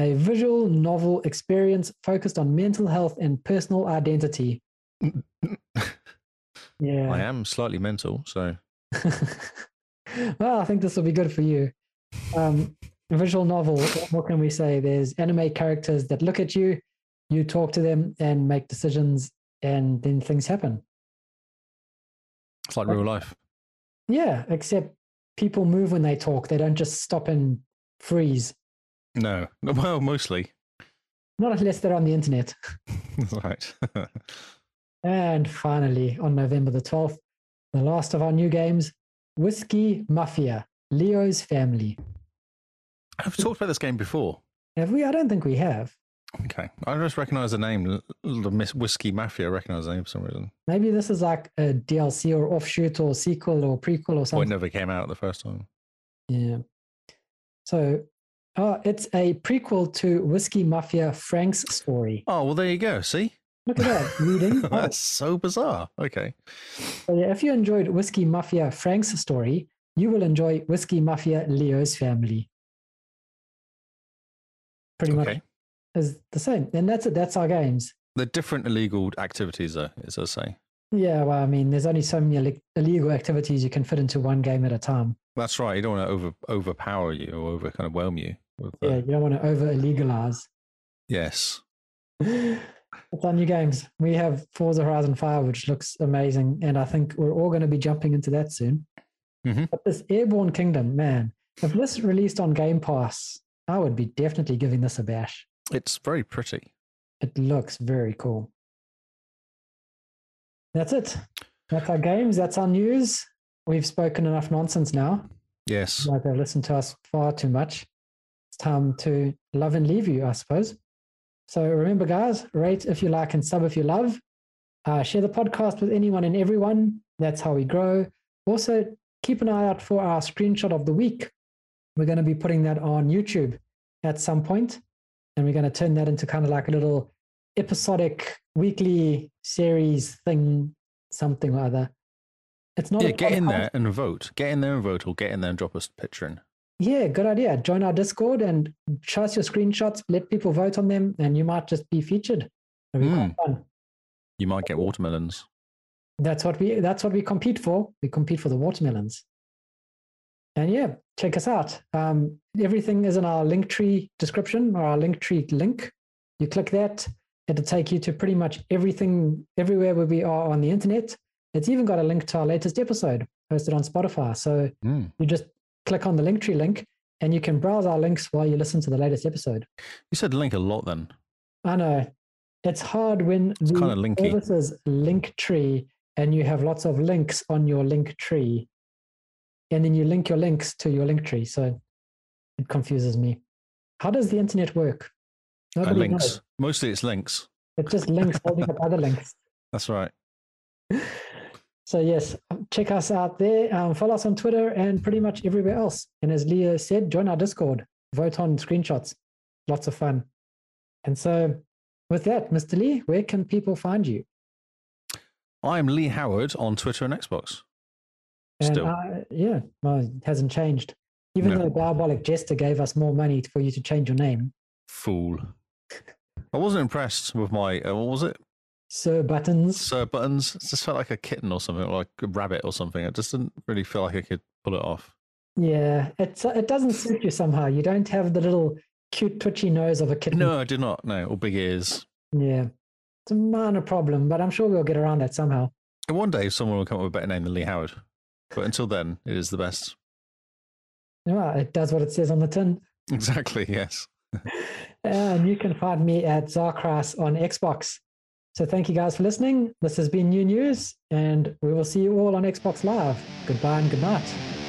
S2: a visual novel experience focused on mental health and personal identity.
S1: I
S2: Yeah.
S1: am slightly mental, so
S2: well, I think this will be good for you. Um, visual novel, what can we say? There's anime characters that look at you, you talk to them and make decisions, and then things happen.
S1: it's like real life.
S2: Yeah, except people move when they talk, they don't just stop and freeze,
S1: No, No, well, mostly.
S2: not unless they're on the internet.
S1: right.
S2: And finally, on November the 12th, the last of our new games, Whiskey Mafia, Leo's Family.
S1: I've talked about this game before.
S2: Have we? I don't think we have.
S1: Okay, I just recognise the name, L- L- the Miss Whiskey Mafia. I recognise the name for some reason.
S2: Maybe this is like a DLC or offshoot or sequel or prequel or
S1: Well, it
S2: something.
S1: never came out the first time.
S2: Yeah. So oh, it's a prequel to Whiskey Mafia Frank's story.
S1: Oh well, there you go. See,
S2: Look at that, reading. Oh,
S1: that's so bizarre. Okay,
S2: so yeah, if you enjoyed Whiskey Mafia Frank's story, you will enjoy Whiskey Mafia Leo's Family. Pretty much
S1: okay.
S2: is the same. And that's it. That's our games.
S1: They're different illegal activities, though, as I say.
S2: Yeah, well, I mean, there's only so many illeg- illegal activities you can fit into one game at a time.
S1: That's right. You don't want to over overpower you or over kind of whelm you. With the,
S2: Yeah, you don't want to over illegalize.
S1: Yes.
S2: It's our new games. We have Forza Horizon 5, which looks amazing. And I think we're all going to be jumping into that soon.
S1: Mhm.
S2: But this Airborne Kingdom, man, if this released on Game Pass, I would be definitely giving this a bash.
S1: It's very pretty.
S2: It looks very cool. That's it. That's our games. That's our news. We've spoken enough nonsense now.
S1: Yes.
S2: like they've listened to us far too much. It's time to love and leave you, I suppose. So remember, guys, rate if you like and sub if you love. Uh, share the podcast with anyone and everyone. That's how we grow. Also, keep an eye out for our screenshot of the week. We're going to be putting that on YouTube at some point, and we're going to turn that into kind of like a little episodic weekly series thing, something or other. It's not
S1: Yeah,
S2: a
S1: get in
S2: podcast.
S1: there and vote. Get in there and vote, or get in there and drop us a picture in.
S2: Yeah, good idea. Join our Discord and show us your screenshots. Let people vote on them, and you might just be featured. It'll be quite fun.
S1: You might get watermelons.
S2: That's what we. That's what we compete for. We compete for the watermelons. And yeah, check us out. Um, everything is in our link tree description or our link tree link. You click that, it'll take you to pretty much everything, everywhere where we are on the internet. It's even got a link to our latest episode posted on Spotify. So
S1: Mm.
S2: you just click on the Linktree link and you can browse our links while you listen to the latest episode.
S1: You said link a lot then.
S2: I know it's hard when
S1: It's
S2: the
S1: kind of linky.
S2: services Linktree and you have lots of links on your link tree. And then you link your links to your link tree. So it confuses me. How does the internet work?
S1: Uh,
S2: Nobody
S1: links.
S2: knows.
S1: Mostly it's links.
S2: It just links holding up other links.
S1: That's right.
S2: So yes, check us out there. Um, follow us on Twitter and pretty much everywhere else. And as Leo said, join our Discord. Vote on screenshots. Lots of fun. And so, with that, Mr. Lee, where can people find you?
S1: I'm Lee Howard on Twitter and Xbox.
S2: And
S1: Still.
S2: I, yeah, no, it hasn't changed. Even
S1: No.
S2: though Diabolic Jester gave us more money for you to change your name,
S1: Fool. I wasn't impressed with my, uh, what was it?
S2: Sir Buttons.
S1: Sir Buttons. It just felt like a kitten or something, or like a rabbit or something. It just didn't really feel like I could pull it off.
S2: Yeah, it's uh, it doesn't suit you somehow. You don't have the little cute twitchy nose of a kitten.
S1: No, I did not. No, or big ears.
S2: Yeah, it's a minor problem, but I'm sure we'll get around that somehow.
S1: And one day someone will come up with a better name than Lee Howard. But until then, it is the best.
S2: Well, Ah, it does what it says on the tin. Uh,
S1: Exactly, yes.
S2: And you can find me at Zarkras on Xbox. So thank you guys for listening. This has been New News, and we will see you all on Xbox Live. Goodbye and good night.